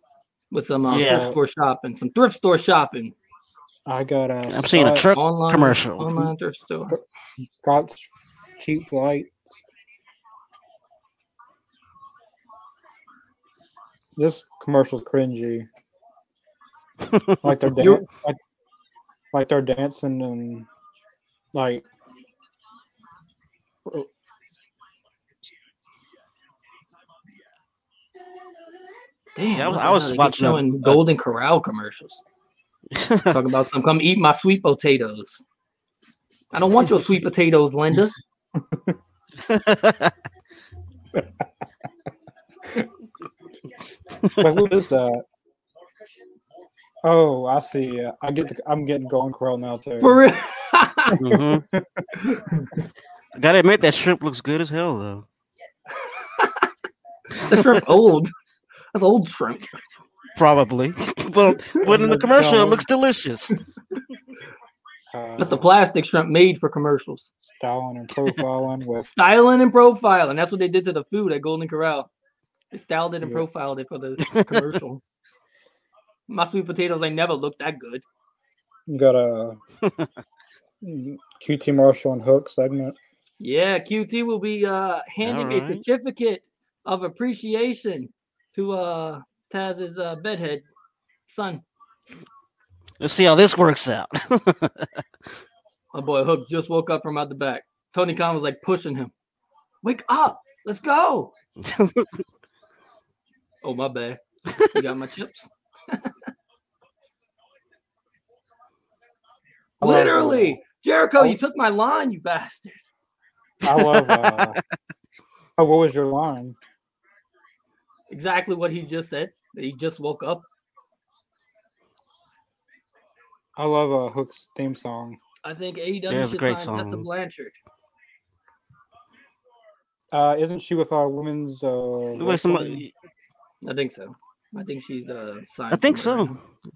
with some uh, Yeah. thrift store shopping, some thrift store shopping, I got uh, I'm seeing a Scott- trip online commercial. online thrift store. Scott's cheap flight. This commercial's cringy. like they're dan- You- like, like they're dancing and like Damn, Yeah, I was- look I at was how they keep watching a- showing a- Golden Corral commercials. Talking about some come eat my sweet potatoes. I don't want your sweet potatoes, Linda. Wait, what is that? Oh, I see. Yeah, I get. The, I'm getting going Corral now too. For real. Mhm. Mm-hmm. I Gotta admit that shrimp looks good as hell though. the shrimp old. That's old shrimp. Probably, but but in the commercial it looks delicious. Uh, Uh-huh. That's the plastic shrimp made for commercials. styling and profiling with Styling and profiling. That's what they did to the food at Golden Corral. They styled it and Yeah. profiled it for the commercial. My sweet potatoes ain't never looked that good. got a QT Marshall and Hook segment. Yeah, QT will be uh handing a Alright. certificate of appreciation to uh Taz's uh bedhead son. Let's see how this works out. My boy Hook just woke up from out the back. Tony Khan was like pushing him. Wake up, let's go. oh my bad. You got my chips? I love, uh, Literally, Jericho, I- Oh. you took my line, you bastard. I love. Uh, oh, what was your line? Exactly what he just said. that He just woke up. I love uh, Hook's theme song. I think AEW Yeah, it was a should great sign Tessa song. Blanchard. Uh, isn't she with uh, women's? Uh, Wait, some- wrestling? I think so. I think she's uh signed. I think somewhere. so.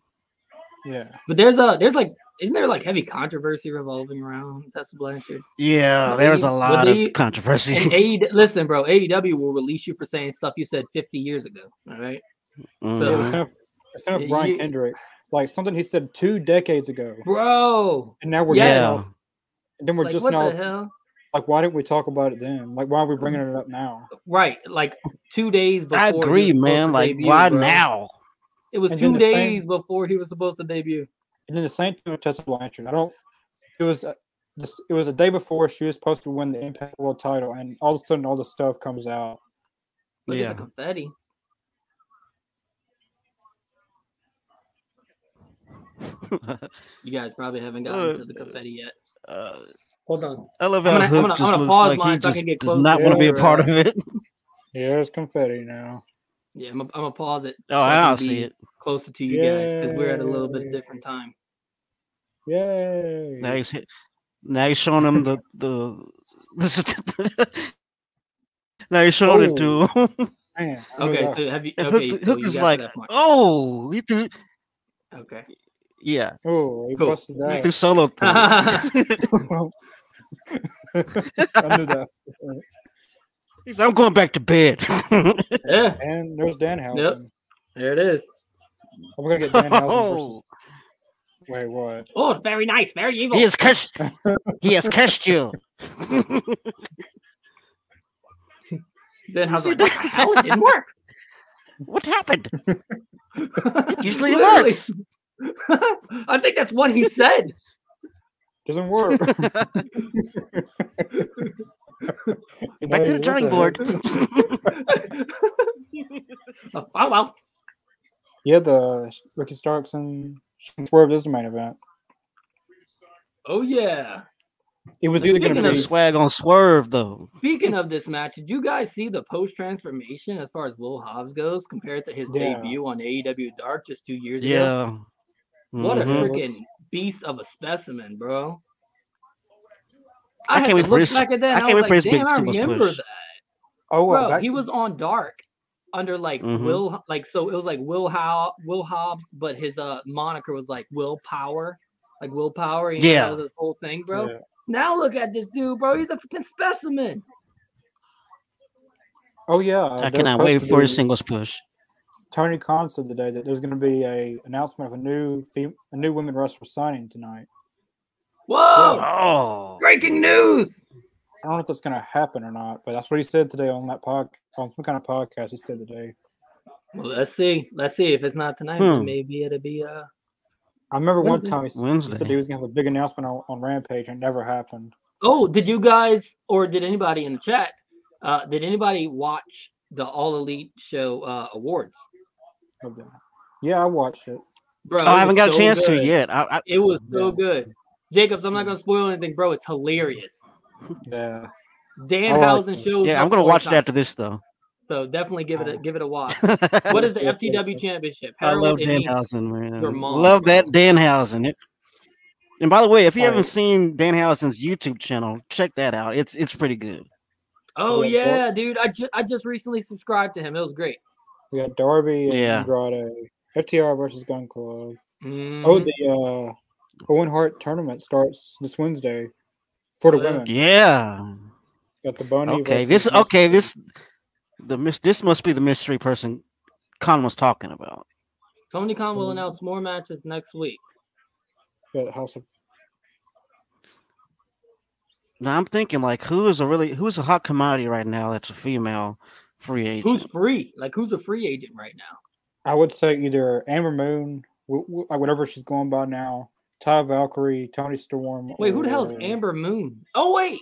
yeah. But there's a there's like isn't there like heavy controversy revolving around Tessa Blanchard? Yeah, Would there was they- a would lot they- of controversy. And AEW, listen, bro, AEW will release you for saying stuff you said 50 years ago. All right. Yeah, Uh-huh. the Mhm. son of, the son of Yeah, Brian you- Kendrick, like something he said two decades ago, Bro. and now we're Yeah. just now, then we're like, just what now the hell? like, why didn't we talk about it then? Like, why are we bringing it up now? Right. Like two days before. I he was agree, supposed man. to Like, debut, why bro. now? It was And then two the same- days before he was supposed to debut. And then the same thing with Tessa Blanchard. I don't. It was uh, this. It was a day before she was supposed to win the Impact World Title, and all of a sudden, all the stuff comes out. Look yeah, at the confetti. You guys probably haven't gotten Uh, to the confetti yet. uh, Hold on. I love I'm how gonna- I'm Hook gonna- I'm just gonna looks pause like he mine so I just can get does closer not to want to be a it. part of it. Oh, There's confetti now. Yeah, I'm gonna I'm gonna pause it Oh, I can I'll see be- it. closer to you guys because we're at a little bit different time. Yay! Now he's hit- now he's showing him the the. the now he's showing it to. him. Man, I knew Okay, that. so have you? And Oh. Okay, Hook, so Hook you is got to like, that point. oh, he threw, okay. yeah, oh, he cool. busted he that. threw solo. through it. I knew that. He's like, I'm going back to bed. yeah, And there's Danhausen. Yep. there it is. Oh, We're gonna get Danhausen Oh. versus. Wait, what? Oh, very nice, very evil. he has cursed. He has cursed you. Then I was like, what the hell? It didn't work. what happened? Usually it Literally. works. I think that's what he said. Doesn't work. Back to Hey, the what drawing heck? board. oh, wow, wow. Yeah, the Ricky Starks and Shane Swerve is the main event. Oh yeah. It was either gonna Speaking No of be swag on Swerve though. Speaking of this match, did you guys see the post transformation as far as Will Hobbs goes compared to his Yeah. debut on AEW Dark just two years ago? Yeah. What a Mhm. freaking beast of a specimen, bro. I had can't to wait for look his- back at that. I and can't wait was for his like, big Damn, I singles remember push. that. oh, well, Bro, back he to- was on Dark under like Mhm. Will, like so it was like Will How Will Hobbs, but his uh moniker was like Will Power, like Will Power. you know, Yeah. that was his whole thing, bro. yeah. Now look at this dude, bro. He's a freaking specimen. Oh yeah, I there's cannot supposed wait to for his be- singles push. Tony Khan said today that there's going to be a announcement of a new fem- a new women wrestler signing tonight. Whoa! Oh. Breaking news. I don't know if that's going to happen or not, but that's what he said today on that pod on some kind of podcast. He said today. Well, let's see. Let's see if it's not tonight. then Hmm. Maybe it'll be uh. I remember one Wednesday. time he, s- he said he Wednesday. was going to have a big announcement on, on Rampage, and it never happened. Oh, did you guys or did anybody in the chat? Uh, did anybody watch the All Elite Show uh, awards? Okay. Yeah, I watched it. Bro, Oh, it I haven't was got a so chance to good. yet. I, I, It was so Yeah. good. Jacobs, I'm not gonna spoil anything, bro. It's hilarious. Yeah, Danhausen that. shows. Oh, yeah, up I'm gonna all the watch it time, after this though. So definitely give it a Oh. give it a watch. I What is the Yeah, FTW yeah. championship? love Harold and Heath. Danhausen, your man. mom, Love bro. that Danhausen. It- And by the way, if you Oh, haven't yeah. seen Danhausen's YouTube channel, check that out. It's it's pretty good. Oh Yeah, Dor- yeah, dude. I just I just recently subscribed to him. It was great. we got Darby and Yeah. Andrade, FTR versus Gun Club. Oh, Mm-hmm. Mhm. the uh, Owen Hart tournament starts this Wednesday for the Oh, yeah. women. Yeah. Got the Bunny. Okay. versus This Miss- okay. This the mis- this must be the mystery person Con was talking about. Tony Khan will Mm. Mhm. announce more matches next week. got House of Now I'm thinking like who is a really who's a hot commodity right now that's a female free agent. Who's free? Like who's a free agent right now? I would say either Amber Moon, wh- wh- like whatever she's going by now, Ty Valkyrie, Tony Storm. Wait, who the hell is or- Amber Moon? Oh wait,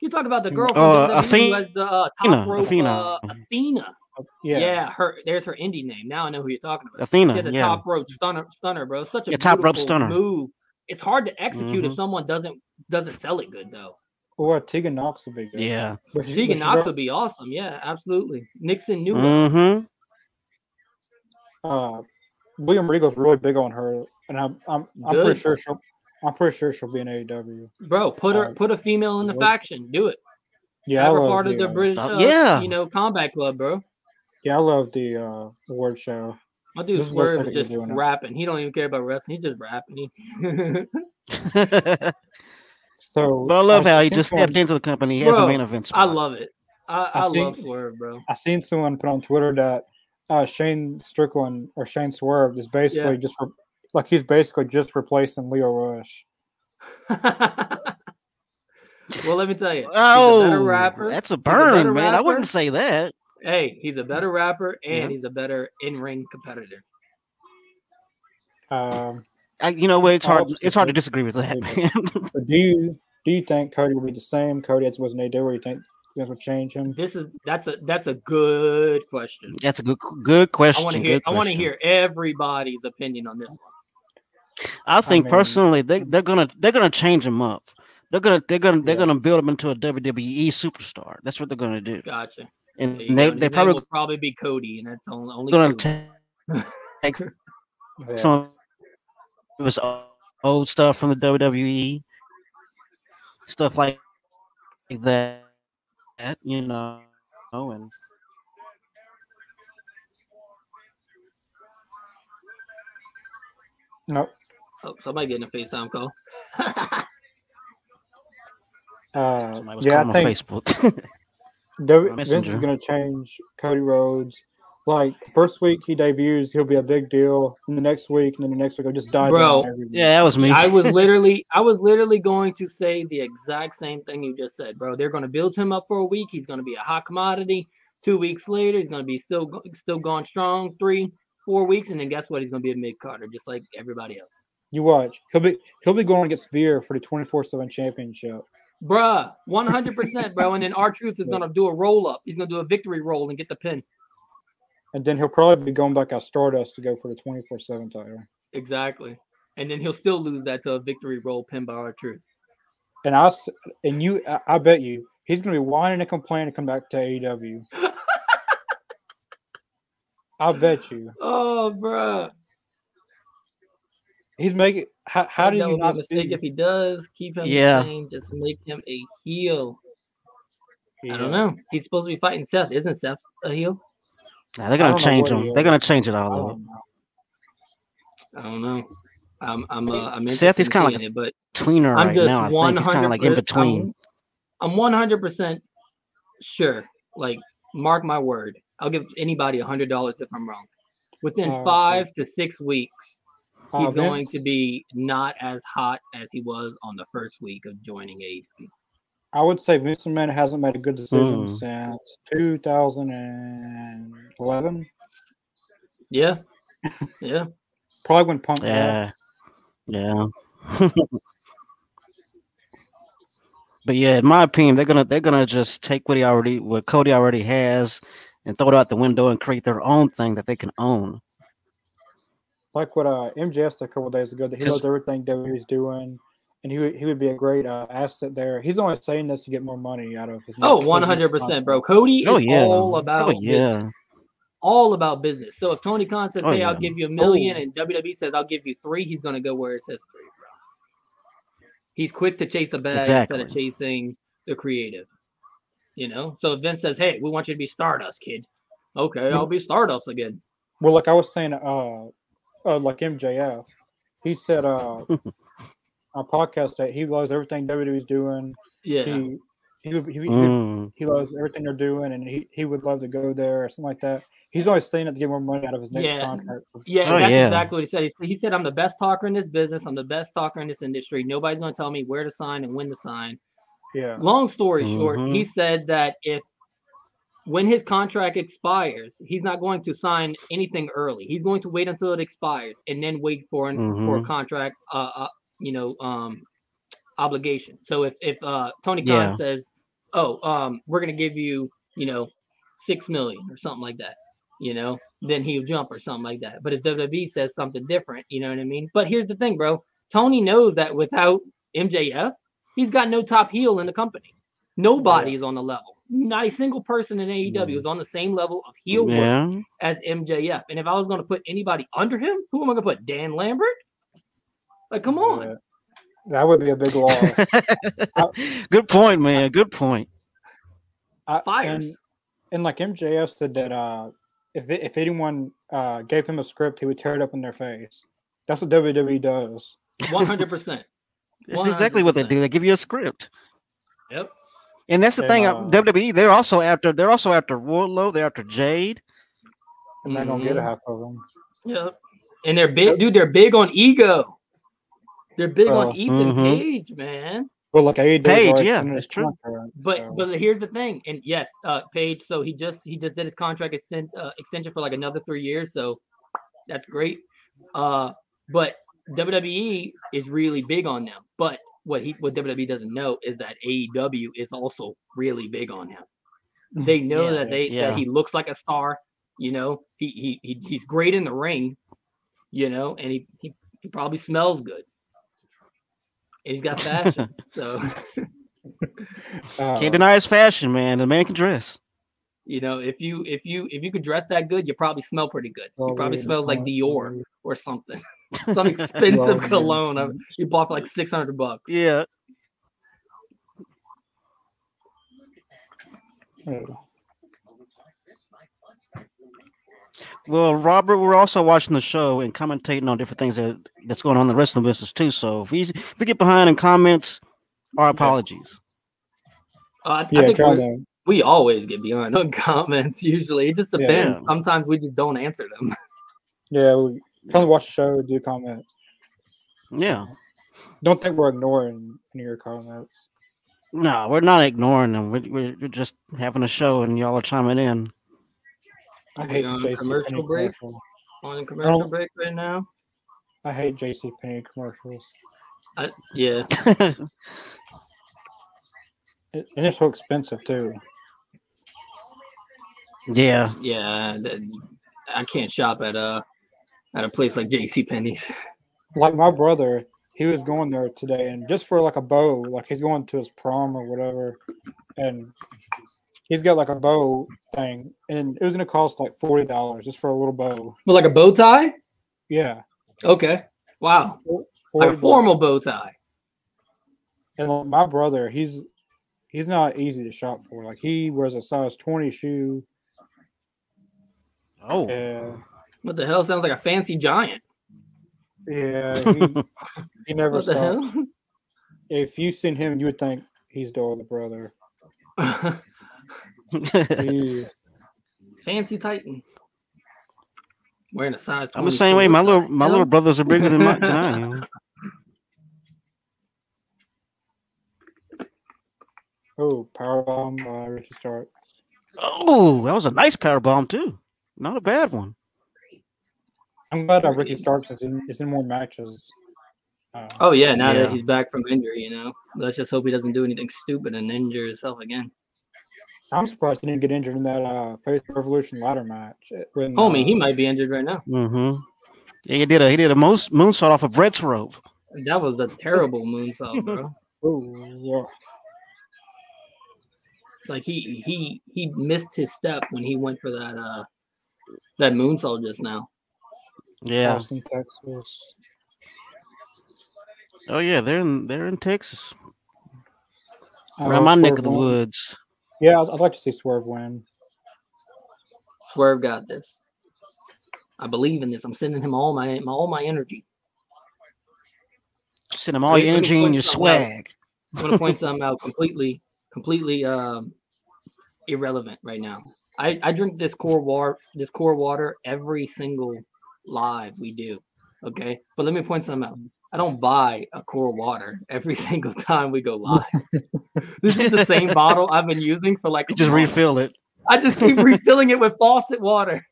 you talk about the Athena. girl from Uh, WWE who Athena- has the uh, top Athena, rope, Athena. uh, Athena. Yeah. Yeah, her there's her indie name. Now I know who you're talking about. Athena. Yeah, the yeah. top rope stunner, stunner, bro. Such a Yeah, top rope beautiful stunner. move. It's hard to execute if Mhm. someone doesn't doesn't sell it good though. Or uh, Tegan Knox would be good. Yeah. But she- but Tegan she's Knox al- would be awesome. Yeah, absolutely. Nixon knew it. Mm-hmm. uh, William Regal's really big on her, and I'm I'm, I'm Good. pretty sure she'll I'm pretty sure she'll be in E AEW. Bro, put her Uh, put a female in the was- faction. Do it. Yeah, I Have her love part the, of the uh, British Uh, uh, yeah. you know, combat club, bro. yeah, I love the uh, award show. My This dude is what Swerve Cedric is is just doing now. rapping. He don't even care about wrestling. He's just rapping. He- So, Mm-hmm. uh, but I love how I he seen just someone- stepped into the company. He has Bro, a main event I spot. love it. I, I, I love think- Swerve, bro. I seen someone put on Twitter that uh, Shane Strickland or Shane Swerve is basically just re- like he's basically just replacing Leo Rush. well, let me tell you. he's a better Oh, rapper. that's a better burn, man. I rapper. wouldn't say that. Hey, he's a better rapper and Yeah. he's a better in-ring competitor. Um, I, you know what? It's I'll hard. Oh, just It's hard say- to disagree with that, Yeah. man. but do you do you think Cody will be the same Cody as was in AEW? Or you think you guys will change him? This is that's a that's a good question. That's a good, good question. I want to hear good I want to question. hear everybody's opinion on this one. I think mean- personally, they mm-hmm. they're gonna they're gonna change him up. They're gonna they're gonna they're Yeah. gonna build him into a WWE superstar. That's what they're gonna do. Gotcha. And There you they they go. His name probably will probably be Cody, and that's only only gonna Cody. ta- take Yeah. some of his o- old stuff from the WWE, stuff like that. that, You know, and no, Oh, somebody getting a FaceTime call. uh, somebody was yeah, I calling on think Facebook. W- Vince Messenger. is going to change Cody Rhodes. Like the first week he debuts, he'll be a big deal. And the next week, and then the next week, he'll just die Bro, down. every week. yeah, that was me. I was literally I was literally going to say the exact same thing you just said, bro. They're going to build him up for a week. He's going to be a hot commodity. Two weeks later, he's going to be still go- still going strong. Three, four weeks, and then guess what? He's going to be a mid Carter, just like everybody else, you watch. He'll be he'll be going against Veer for the twenty four seven championship. bruh. One hundred percent, bro. And then our truth is Yeah. going to do a roll up. He's going to do a victory roll and get the pin. And then he'll probably be going back out Stardust to go for the 24 7 title. Exactly. And then he'll still lose that to a victory roll pin by our truth. And I s- and you, I, I bet you he's going to be whining and complaining to come back to E AEW. I bet you Oh, bruh. he's making. How, how do That would you be a not mistake see? if he does keep him Yeah. the same? Just make him a heel. I Yeah. don't know. He's supposed to be fighting Seth. Isn't Seth a heel? Nah, they're I gonna don't know change what he him. They're gonna change it I all up. don't know. I don't know. I'm I'm uh, I'm Seth, he's interested in kinda like seeing it, but Tweener I'm right just now. I think he's 100 kind of like in between. I'm 100 percent sure. Like, mark my word. I'll give anybody a hundred dollars if I'm wrong. Within Oh, okay. five to six weeks, he's Uh, going Vince- to be not as hot as he was on the first week of joining E AEW. I would say Vince McMahon hasn't made a good decision Mm. since 2011. Yeah, yeah. Probably when Punk. left. Yeah. Yeah. but yeah, in my opinion, they're gonna they're gonna just take what he already what Cody already has and throw it out the window and create their own thing that they can own. Like what uh, MJF said a couple days ago that he 'Cause- loves everything WWE's doing, and he would, he would be a great uh, asset there. He's only saying this to get more money out of his. Oh, his 100 percent, bro. Cody is Oh yeah. all about oh business. yeah. all about business. So if Tony Khan says, Oh, "Hey, I'll yeah. give you a million, and WWE says, "I'll give you three, he's gonna go where it says three, bro. He's quick to chase a bag instead of Exactly. chasing the creative. You know. So if Vince says, "Hey, we want you to be Stardust, kid," okay, I'll be Stardust again. Well, like I was saying, uh, uh like MJF, he said uh, on podcast that he loves everything WWE's doing. Yeah. He he would, he, would- Mm. he loves everything they're doing, and he, he would love to go there or something like that. He's always saying it to get more money out of his next Yeah. contract. Yeah, Oh, that's yeah. exactly what he said. He, said- he said, "I'm the best talker in this business. I'm the best talker in this industry. Nobody's gonna tell me where to sign and when to sign." yeah. Long story short, Mhm. he said that if when his contract expires, he's not going to sign anything early. He's going to wait until it expires and then wait for an for a Mhm. contract, uh, uh, you know, um, obligation. So if if uh, Tony Khan Yeah. says, "Oh, um, we're going to give you, you know, six million or something like that," you know, then he'll jump or something like that. But if WWE says something different, you know what I mean. But here's the thing, bro. Tony knows that without MJF, He's got no top heel in the company. Nobody is on the level. Not a single person in AEW is on the same level of heel work Yeah. as MJF. And if I was going to put anybody under him, who am I going to put? Dan Lambert? Like, come on. Yeah. That would be a big loss. Good point, man. Good point. I- Fires. And, and like MJF said that uh, if if anyone uh, gave him a script, he would tear it up in their face. That's what WWE does. 100%. That's exactly what they 100%. do. They give you a script. Yep. And that's the And, thing. uh, uh, WWE, they're also after they're also after Wardlow, they're after Jade. And they don't get Mhm. a half of them. Yep. Mm-hmm. And they're big, dude. They're big on ego. They're big Oh, on Ethan mhm. Page, man. But like AEW, Paige, already yeah, extended that's his true. contract, But so- but here's the thing, and yes, uh, Page. So he just he just did his contract extend, uh, extension for like another three years. So that's great. Uh, but WWE is really big on them. But what he what WWE doesn't know is that AEW is also really big on him. They know Yeah. that they Yeah. that he looks like a star. You know, he, he he he's great in the ring. You know, and he he, he probably smells good. And he's got fashion. so. uh, Can't deny his fashion, man. The man can dress. You know, if you if you if you could dress that good, you probably smell pretty good. well, you probably we- smells like uh, Dior we- or something, some expensive well, we- cologne I've- you bought for like six hundred bucks. Yeah. uh, Well, Robert, we're also watching the show and commentating on different things that, that's going on in the wrestling business too. So if we if we get behind in comments, our apologies. Uh, I, I Yeah, think try we, to. we always get behind on comments. Usually, it just Yeah. depends. Sometimes we just don't answer them. Yeah, we come watch the show, do comments. Yeah. Don't think we're ignoring any of your comments. No, we're not ignoring them. We're, we're we're just having a show and y'all are chiming in. I Are we hate the on JC commercial commercial break? commercial. On a commercial Oh. break right now. I hate JC Penny commercials. I, yeah, It- and it's so expensive too. yeah. yeah. that- I can't shop at uh at a place like J.C. Penney's. Like my brother, he was going there today, and just for like a bow, like he's going to his prom or whatever, and he's got like a bow thing, and it was gonna cost like forty dollars just for a little bow. Well, like a bow tie. Yeah, Okay. Wow. Like a $40. formal bow tie. And like, my brother, he's he's not easy to shop for. Like he wears a size twenty shoe. Oh. Yeah, What the hell? Sounds like a fancy giant. yeah. He, he never What the stops. hell? If you seen him, you would think he's the older brother. He- Fancy Titan. Wearing a size. I'm the same way. 22. My little my little brothers are bigger than, my, than I am. oh, powerbomb by Ricky Stark. Oh, that was a nice power bomb too. Not a bad one. I'm glad uh, Ricky Starks is in is in more matches. Uh, Oh yeah, now Yeah. that he's back from injury, you know, let's just hope he doesn't do anything stupid and injure himself again. I'm surprised he didn't get injured in that uh, Faith Revolution ladder match. uh, When, Homie, uh, he might be injured right now. Mm-hmm. Yeah, he did a he did a most moonsault off of Brett's rope. That was a terrible moonsault, bro. oh, yeah. Like he he he missed his step when he went for that uh that moonsault just now. Yeah. Oh. Austin, Texas. Oh yeah, they're in they're in Texas. Oh, I know Around my Uh, Swerve neck of the wins. woods. Yeah, I'd, I'd like to see Swerve win. Swerve got this. I believe in this. I'm sending him all my, my all my energy. Send them all Let me- your let me energy and point your something out. swag. I'm gonna point something out completely, completely um, irrelevant right now. I, I drink this core water, this core water every single live we do. Okay, but let me point something out. I don't buy a core water every single time we go live. this is the same bottle I've been using for like. a You just month. refill it. I just keep refilling it with faucet water.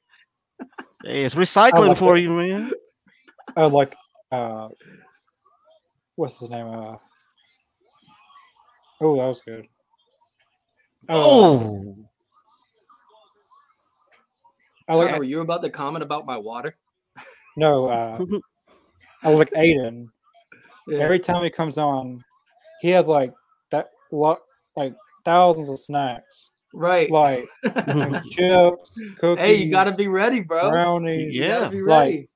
Hey, it's I recycling like for it. you, uh, man. I would like uh, what's his name? Uh, oh, that was good. Uh, Oh, I like Were you about to comment about my water? no. Uh, I like Aiden. Yeah. Every time he comes on, he has like that lot like thousands of snacks, Right. like like chips, cookies. hey, you gotta be ready, bro. brownies. You gotta Yeah. be Like, ready.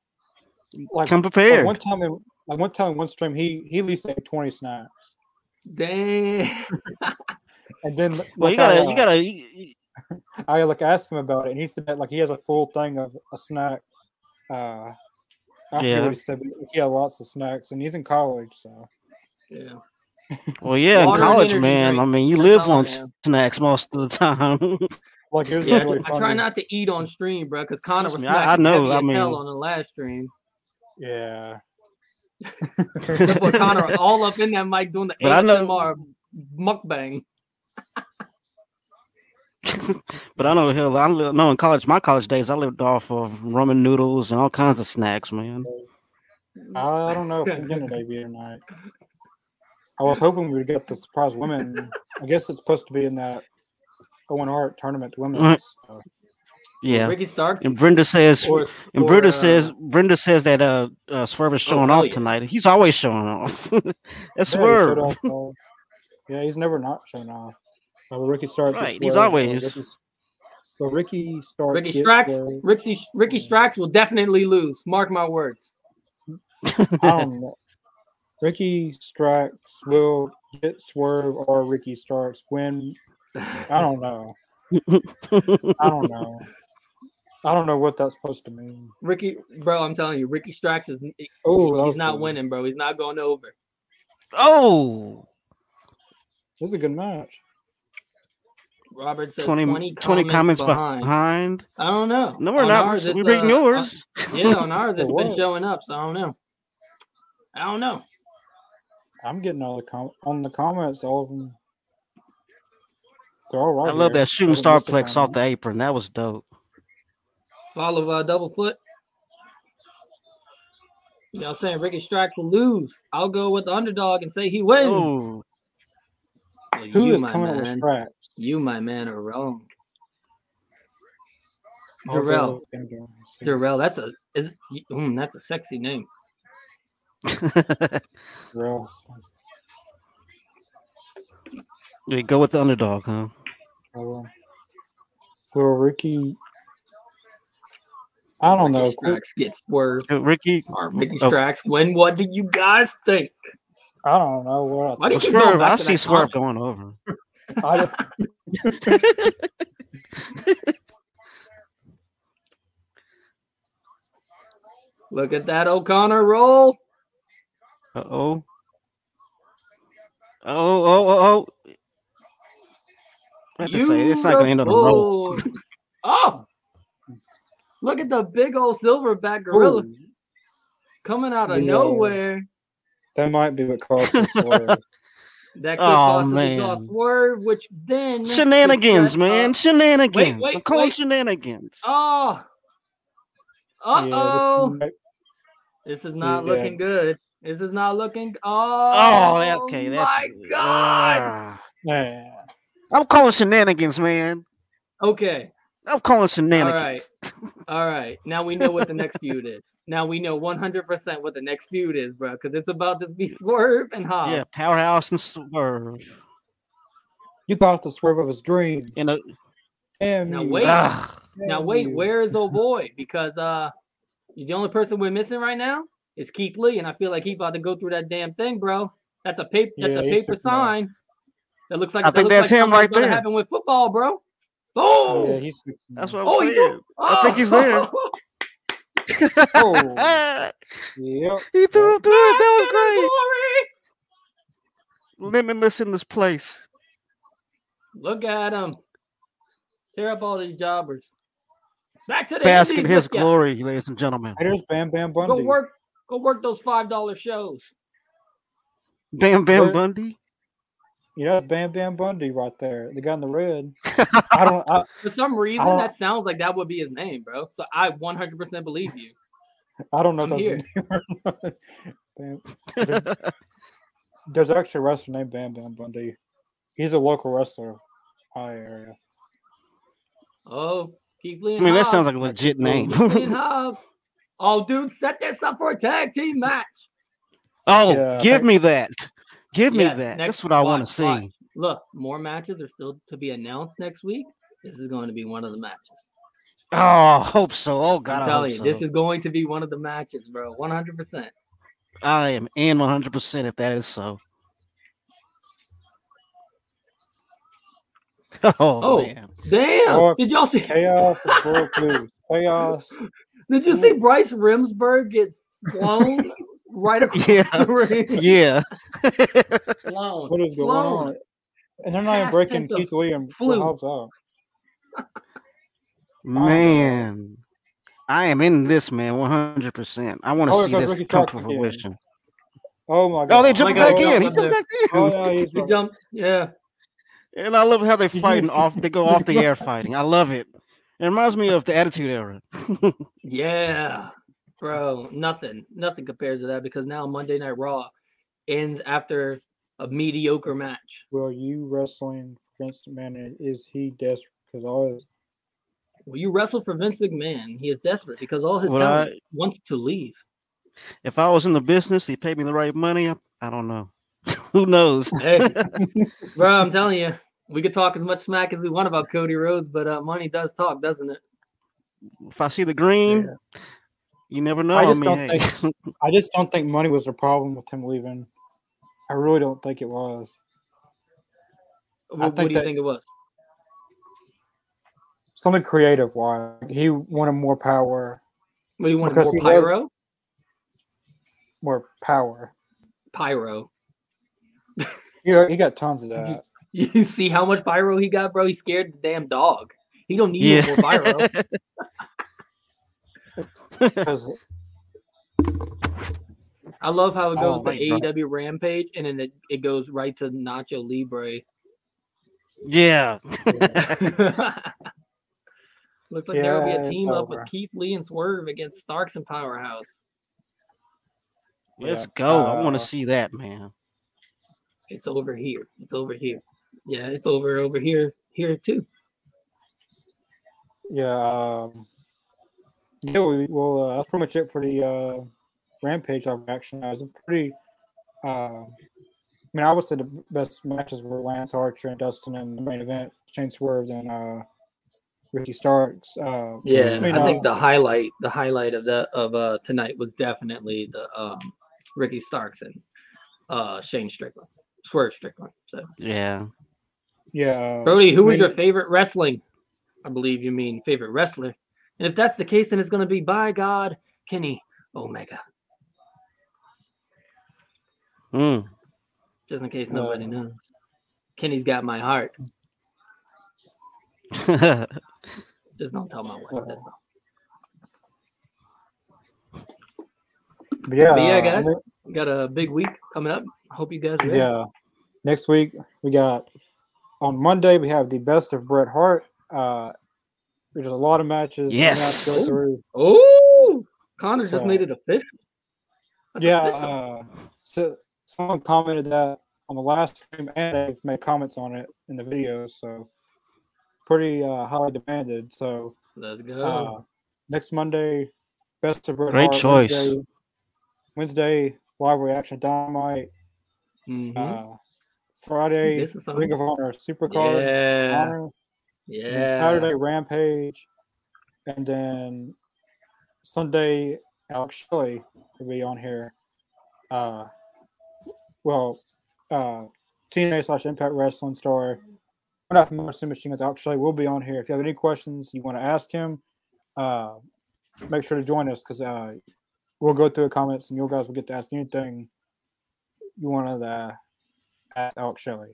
Like, Come like prepared. one time, in, like one time, in one stream, he he at least like twenty snacks, Dang. and then like well, I, you gotta, uh, you gotta, you, you- I like asked him about it, and he said that like he has a full thing of a snack. Uh, I forget Yeah. what he said, but he had lots of snacks, and he's in college, so Yeah. well, yeah, in Water and college, energy man. drink. I mean, you That's live all I on have. snacks most of the time. like it was Yeah, really I funny. try not to eat on stream, bro, because Connor Trust was me, I- I smacking know, heavy I as hell mean- on the last stream. Yeah, That's what Connor all up in that mic doing the But I know- ASMR mukbang. but I know, hell, I li- no, in college, my college days, I lived off of ramen noodles and all kinds of snacks, man. I don't know if I'm getting a debut tonight. I was hoping we'd get the surprise women. I guess it's supposed to be in that Owen Art tournament women's. so. Yeah. Ricky Starks. And Brenda says, or- and or, Brenda uh, says, Brenda says that uh, uh Swerve is showing hell off yeah. tonight. He's always showing off. That's Yeah, he showed Swerve. off all- yeah, he's never not shown off. Uh, but Ricky starts. Right, he's always- So Ricky starts. Ricky gets Strax. Swerve. Ricky Ricky Strax will definitely lose. Mark my words. I don't know. Ricky Strax will get Swerve or Ricky Starks when I don't know. I don't know. I don't know what that's supposed to mean. Ricky, bro, I'm telling you, Ricky Strax is he- Oh, that he's was not good. winning, bro. He's not going over. Oh, This is a good match. Robert says 20, 20 comments, behind. I don't know. No, we're On not. ours, we're it's, reading uh, yours. on- yeah, on ours it's been What? showing up, so I don't know. I don't know. I'm getting all the com- on the comments. All of them. They're all oh, right. I love here. that shooting Haven't missed a starplex off comment. the apron. That was dope. Follow uh, double foot. You know what I'm saying? Ricky Strax will lose. I'll go with the underdog and say he wins. Oh, Well, Who you, is my coming up with man- Strax? You, my man, are wrong. All the Jarrell. other things are on the same. Jarrell, that's a is it- mm, that's a sexy name. Jarrell. we go with the underdog, huh? Jarrell. Well, Ricky. I don't know. Ricky Qu- Strax gets swerved. Uh, Ricky, Or Ricky Oh. Strax win. What do you guys think? I don't know what. Why do you keep going Swerve. back I to see that Swerve comment? going over. I, don't- Look at that O'Connor roll. Uh oh. Oh oh oh oh. I have to say, it's not gonna end on a roll. Beautiful. Oh, look at the big old silverback gorilla Ooh, coming out of Yeah. nowhere. that might be what caused this. swerve. That could Oh, possibly man. cause swerve, which then could Shenanigans, set man. up- Shenanigans. wait, I'm calling wait. shenanigans. Oh, uh Yeah, oh. this might- This is not Yeah. looking good. This is not looking. Oh, Oh, okay. That's my God. Ah. yeah. I'm calling shenanigans, man. Okay. I'm calling shenanigans. All right. Now we know what the next feud is. Now we know 100% what the next feud is, bro, because it's about to be Swerve and Hobbs. Yeah, powerhouse and swerve. You got the swerve of his dream. In a Damn Now you. wait. uh, ah, Damn Now wait, you. where is old boy? Because uh, the only person we're missing right now is Keith Lee, and I feel like he about to go through that damn thing, bro. That's a paper. That's Yeah, a he's paper freaking out. sign. That looks like I that think looks that's like him something's right gonna there. Happen with football, bro. Boom. Yeah, he's fixing that's that. what I'm Oh, he saying. I think he's there. Oh, yep. Ah, he threw it through it. That Glory. was great. Limitless in this place. Look at him. Tear up all these jobbers. Back to the Bask in Indies his with ya. glory, ladies and gentlemen. Hey, there's Bam Bam Go Bundy. work. Go work those five dollar shows. Bam Where- Bam Bundy. You know, Bam Bam Bundy right there. The guy in the red. I don't. I, For some reason, Oh. that sounds like that would be his name, bro. So I 100% believe you. I don't know I'm if that's his name or not. Bam- there- There's actually a wrestler named Bam Bam Bundy. He's a local wrestler. High area. Oh, Keith Lee. I And mean, that Hobbs. sounds like a legit name. Keith Lee and Hobbs. Oh, dude, set this up for a tag team match. oh, Yeah, I give think- me that. Give me Yes, that. next- That's what I want watch, to see. watch. Look, more matches are still to be announced next week. This is going to be one of the matches. Oh, I hope so. Oh God, I'm I telling hope you, so. this is going to be one of the matches, bro. 100%. I am in 100 percent if that is so. Oh, Oh. man. Damn! Or did y'all see? Chaos is world news. Chaos. Did you see Bryce Rimsberg get flown right across Yeah. the ring? yeah. Flown. What is going flown. on? And they're not even Past breaking tense of Keith Lee and flew. Hobbs out. Man, I am in this man 100. percent I want to Oh, see there this goes Ricky come Starks to again. fruition. Oh my god. Oh, they jump jumped God, back he in. He jumped jumped back in. Oh yeah, he's He like, jumped. Yeah. And I love how they Did you- fighting off. They go off the air fighting. I love it. It reminds me of the Attitude Era. Yeah. Bro, nothing. Nothing compares to that because now Monday Night Raw ends after a mediocre match. Will you wrestling Vince McMahon? and Is he desperate? Because all his Well, you wrestle for Vince McMahon. He is desperate because all his Would talent wants to leave. If I was in the business, he paid me the right money. I, I don't know. Who knows? Hey, bro, I'm telling you, we could talk as much smack as we want about Cody Rhodes, but uh, money does talk, doesn't it? If I see the green, you never know. I, just mean, don't hey, I just don't think money was the problem with him leaving. I really don't think it was. Wh- What, think do you that- think it was? Something creative wise. He wanted more power. What do you want? Because he More was- pyro? More power. Pyro. He, he got tons of Did you- that. You see how much pyro he got, bro? He scared the damn dog. He don't need Yeah. no more pyro. Because I love how it Oh, goes to right, bro. AEW Rampage and then it, it goes right to Nacho Libre. yeah. Looks like there'll be Yeah, a it's team up over. with Keith Lee and Swerve against Starks and Powerhouse. Let's Yeah. go. I want Uh, to see that, man. It's over here. It's over here. Yeah, it's over over here here too. Yeah. Um, yeah. We, well, uh, that's pretty much it for the uh, rampage of action. I was pretty. Uh, I mean, I would say the best matches were Lance Archer and Dustin in the main event, Shane Swerve and uh, Ricky Starks. Uh, Yeah, I mean, I uh, think the highlight the highlight of the of uh tonight was definitely the um Ricky Starks and uh Shane Strickland. Swerve Strickland. So Yeah. yeah. uh, Brody, who was mean- your favorite wrestling? I believe you mean favorite wrestler. And if that's the case, then it's going to be by God, Kenny Omega. Mm. Just in case Uh. nobody knows, Kenny's got my heart. Mm-hmm. Just don't tell my wife. That's all. but yeah, but yeah, uh, guys. I mean, We got a big week coming up. Hope you guys. Are ready. yeah. Next week we got on Monday we have the best of Bret Hart. Uh, there's a lot of matches. we have to Yes. go through. Oh, Connor just So- made it official. That's yeah, official. uh, so someone commented that on the last stream, and they've made comments on it in the videos, so pretty uh, highly demanded. So Let's uh, go. next Monday, best of Bret Great Hart, choice. Wednesday, Wednesday, live reaction dynamite. Mhm. Uh, Friday, This is something. Ring of Honor, Supercard, Yeah. Honor, and then Yeah. Saturday Rampage, and then Sunday Alex Shelley will be on here. Uh, well, uh, TNA slash Impact Wrestling star. We're not familiar with Machine Guns. Alex Shelley will be on here. If you have any questions you want to ask him, uh, make sure to join us because uh, we'll go through the comments and you guys will get to ask anything you want to uh, ask Alex Shelley.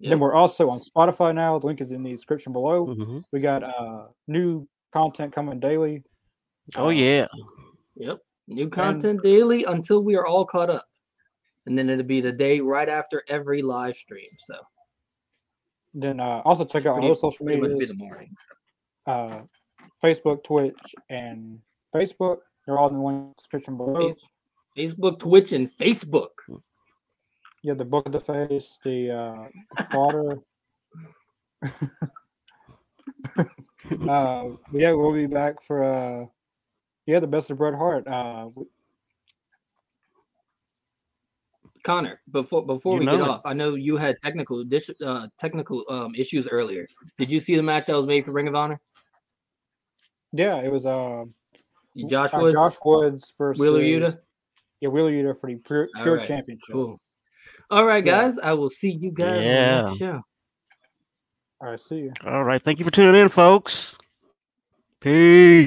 Yep. Then we're also on Spotify now. The link is in the description below. Mhm. We got uh new content coming daily. Uh. Oh yeah. Yep. New content daily until we are all caught up. And then it'll be the day right after every live stream. So Then uh, also check out Pretty- all the social pretty much be medias, the morning. uh, Facebook, Twitch, and Facebook. They're all in the link description below. Face- Facebook, Twitch, and Facebook. You have the book of the face, the uh, water. uh, but yeah, we'll be back for uh, yeah, the best of Bret Hart. Uh, Connor, before before You we know get it. off, I know you had technical dis- uh, technical um, issues earlier. Did you see the match that was made for Ring of Honor? Yeah, it was uh, Josh uh, Woods. Josh Woods versus Wheeler Yuta? Yeah, Wheeler Yuta for the pure, All pure right, championship. Cool. All right, Yeah. guys. I will see you guys on Yeah. the next show. I see you. All right. Thank you for tuning in, folks. Peace.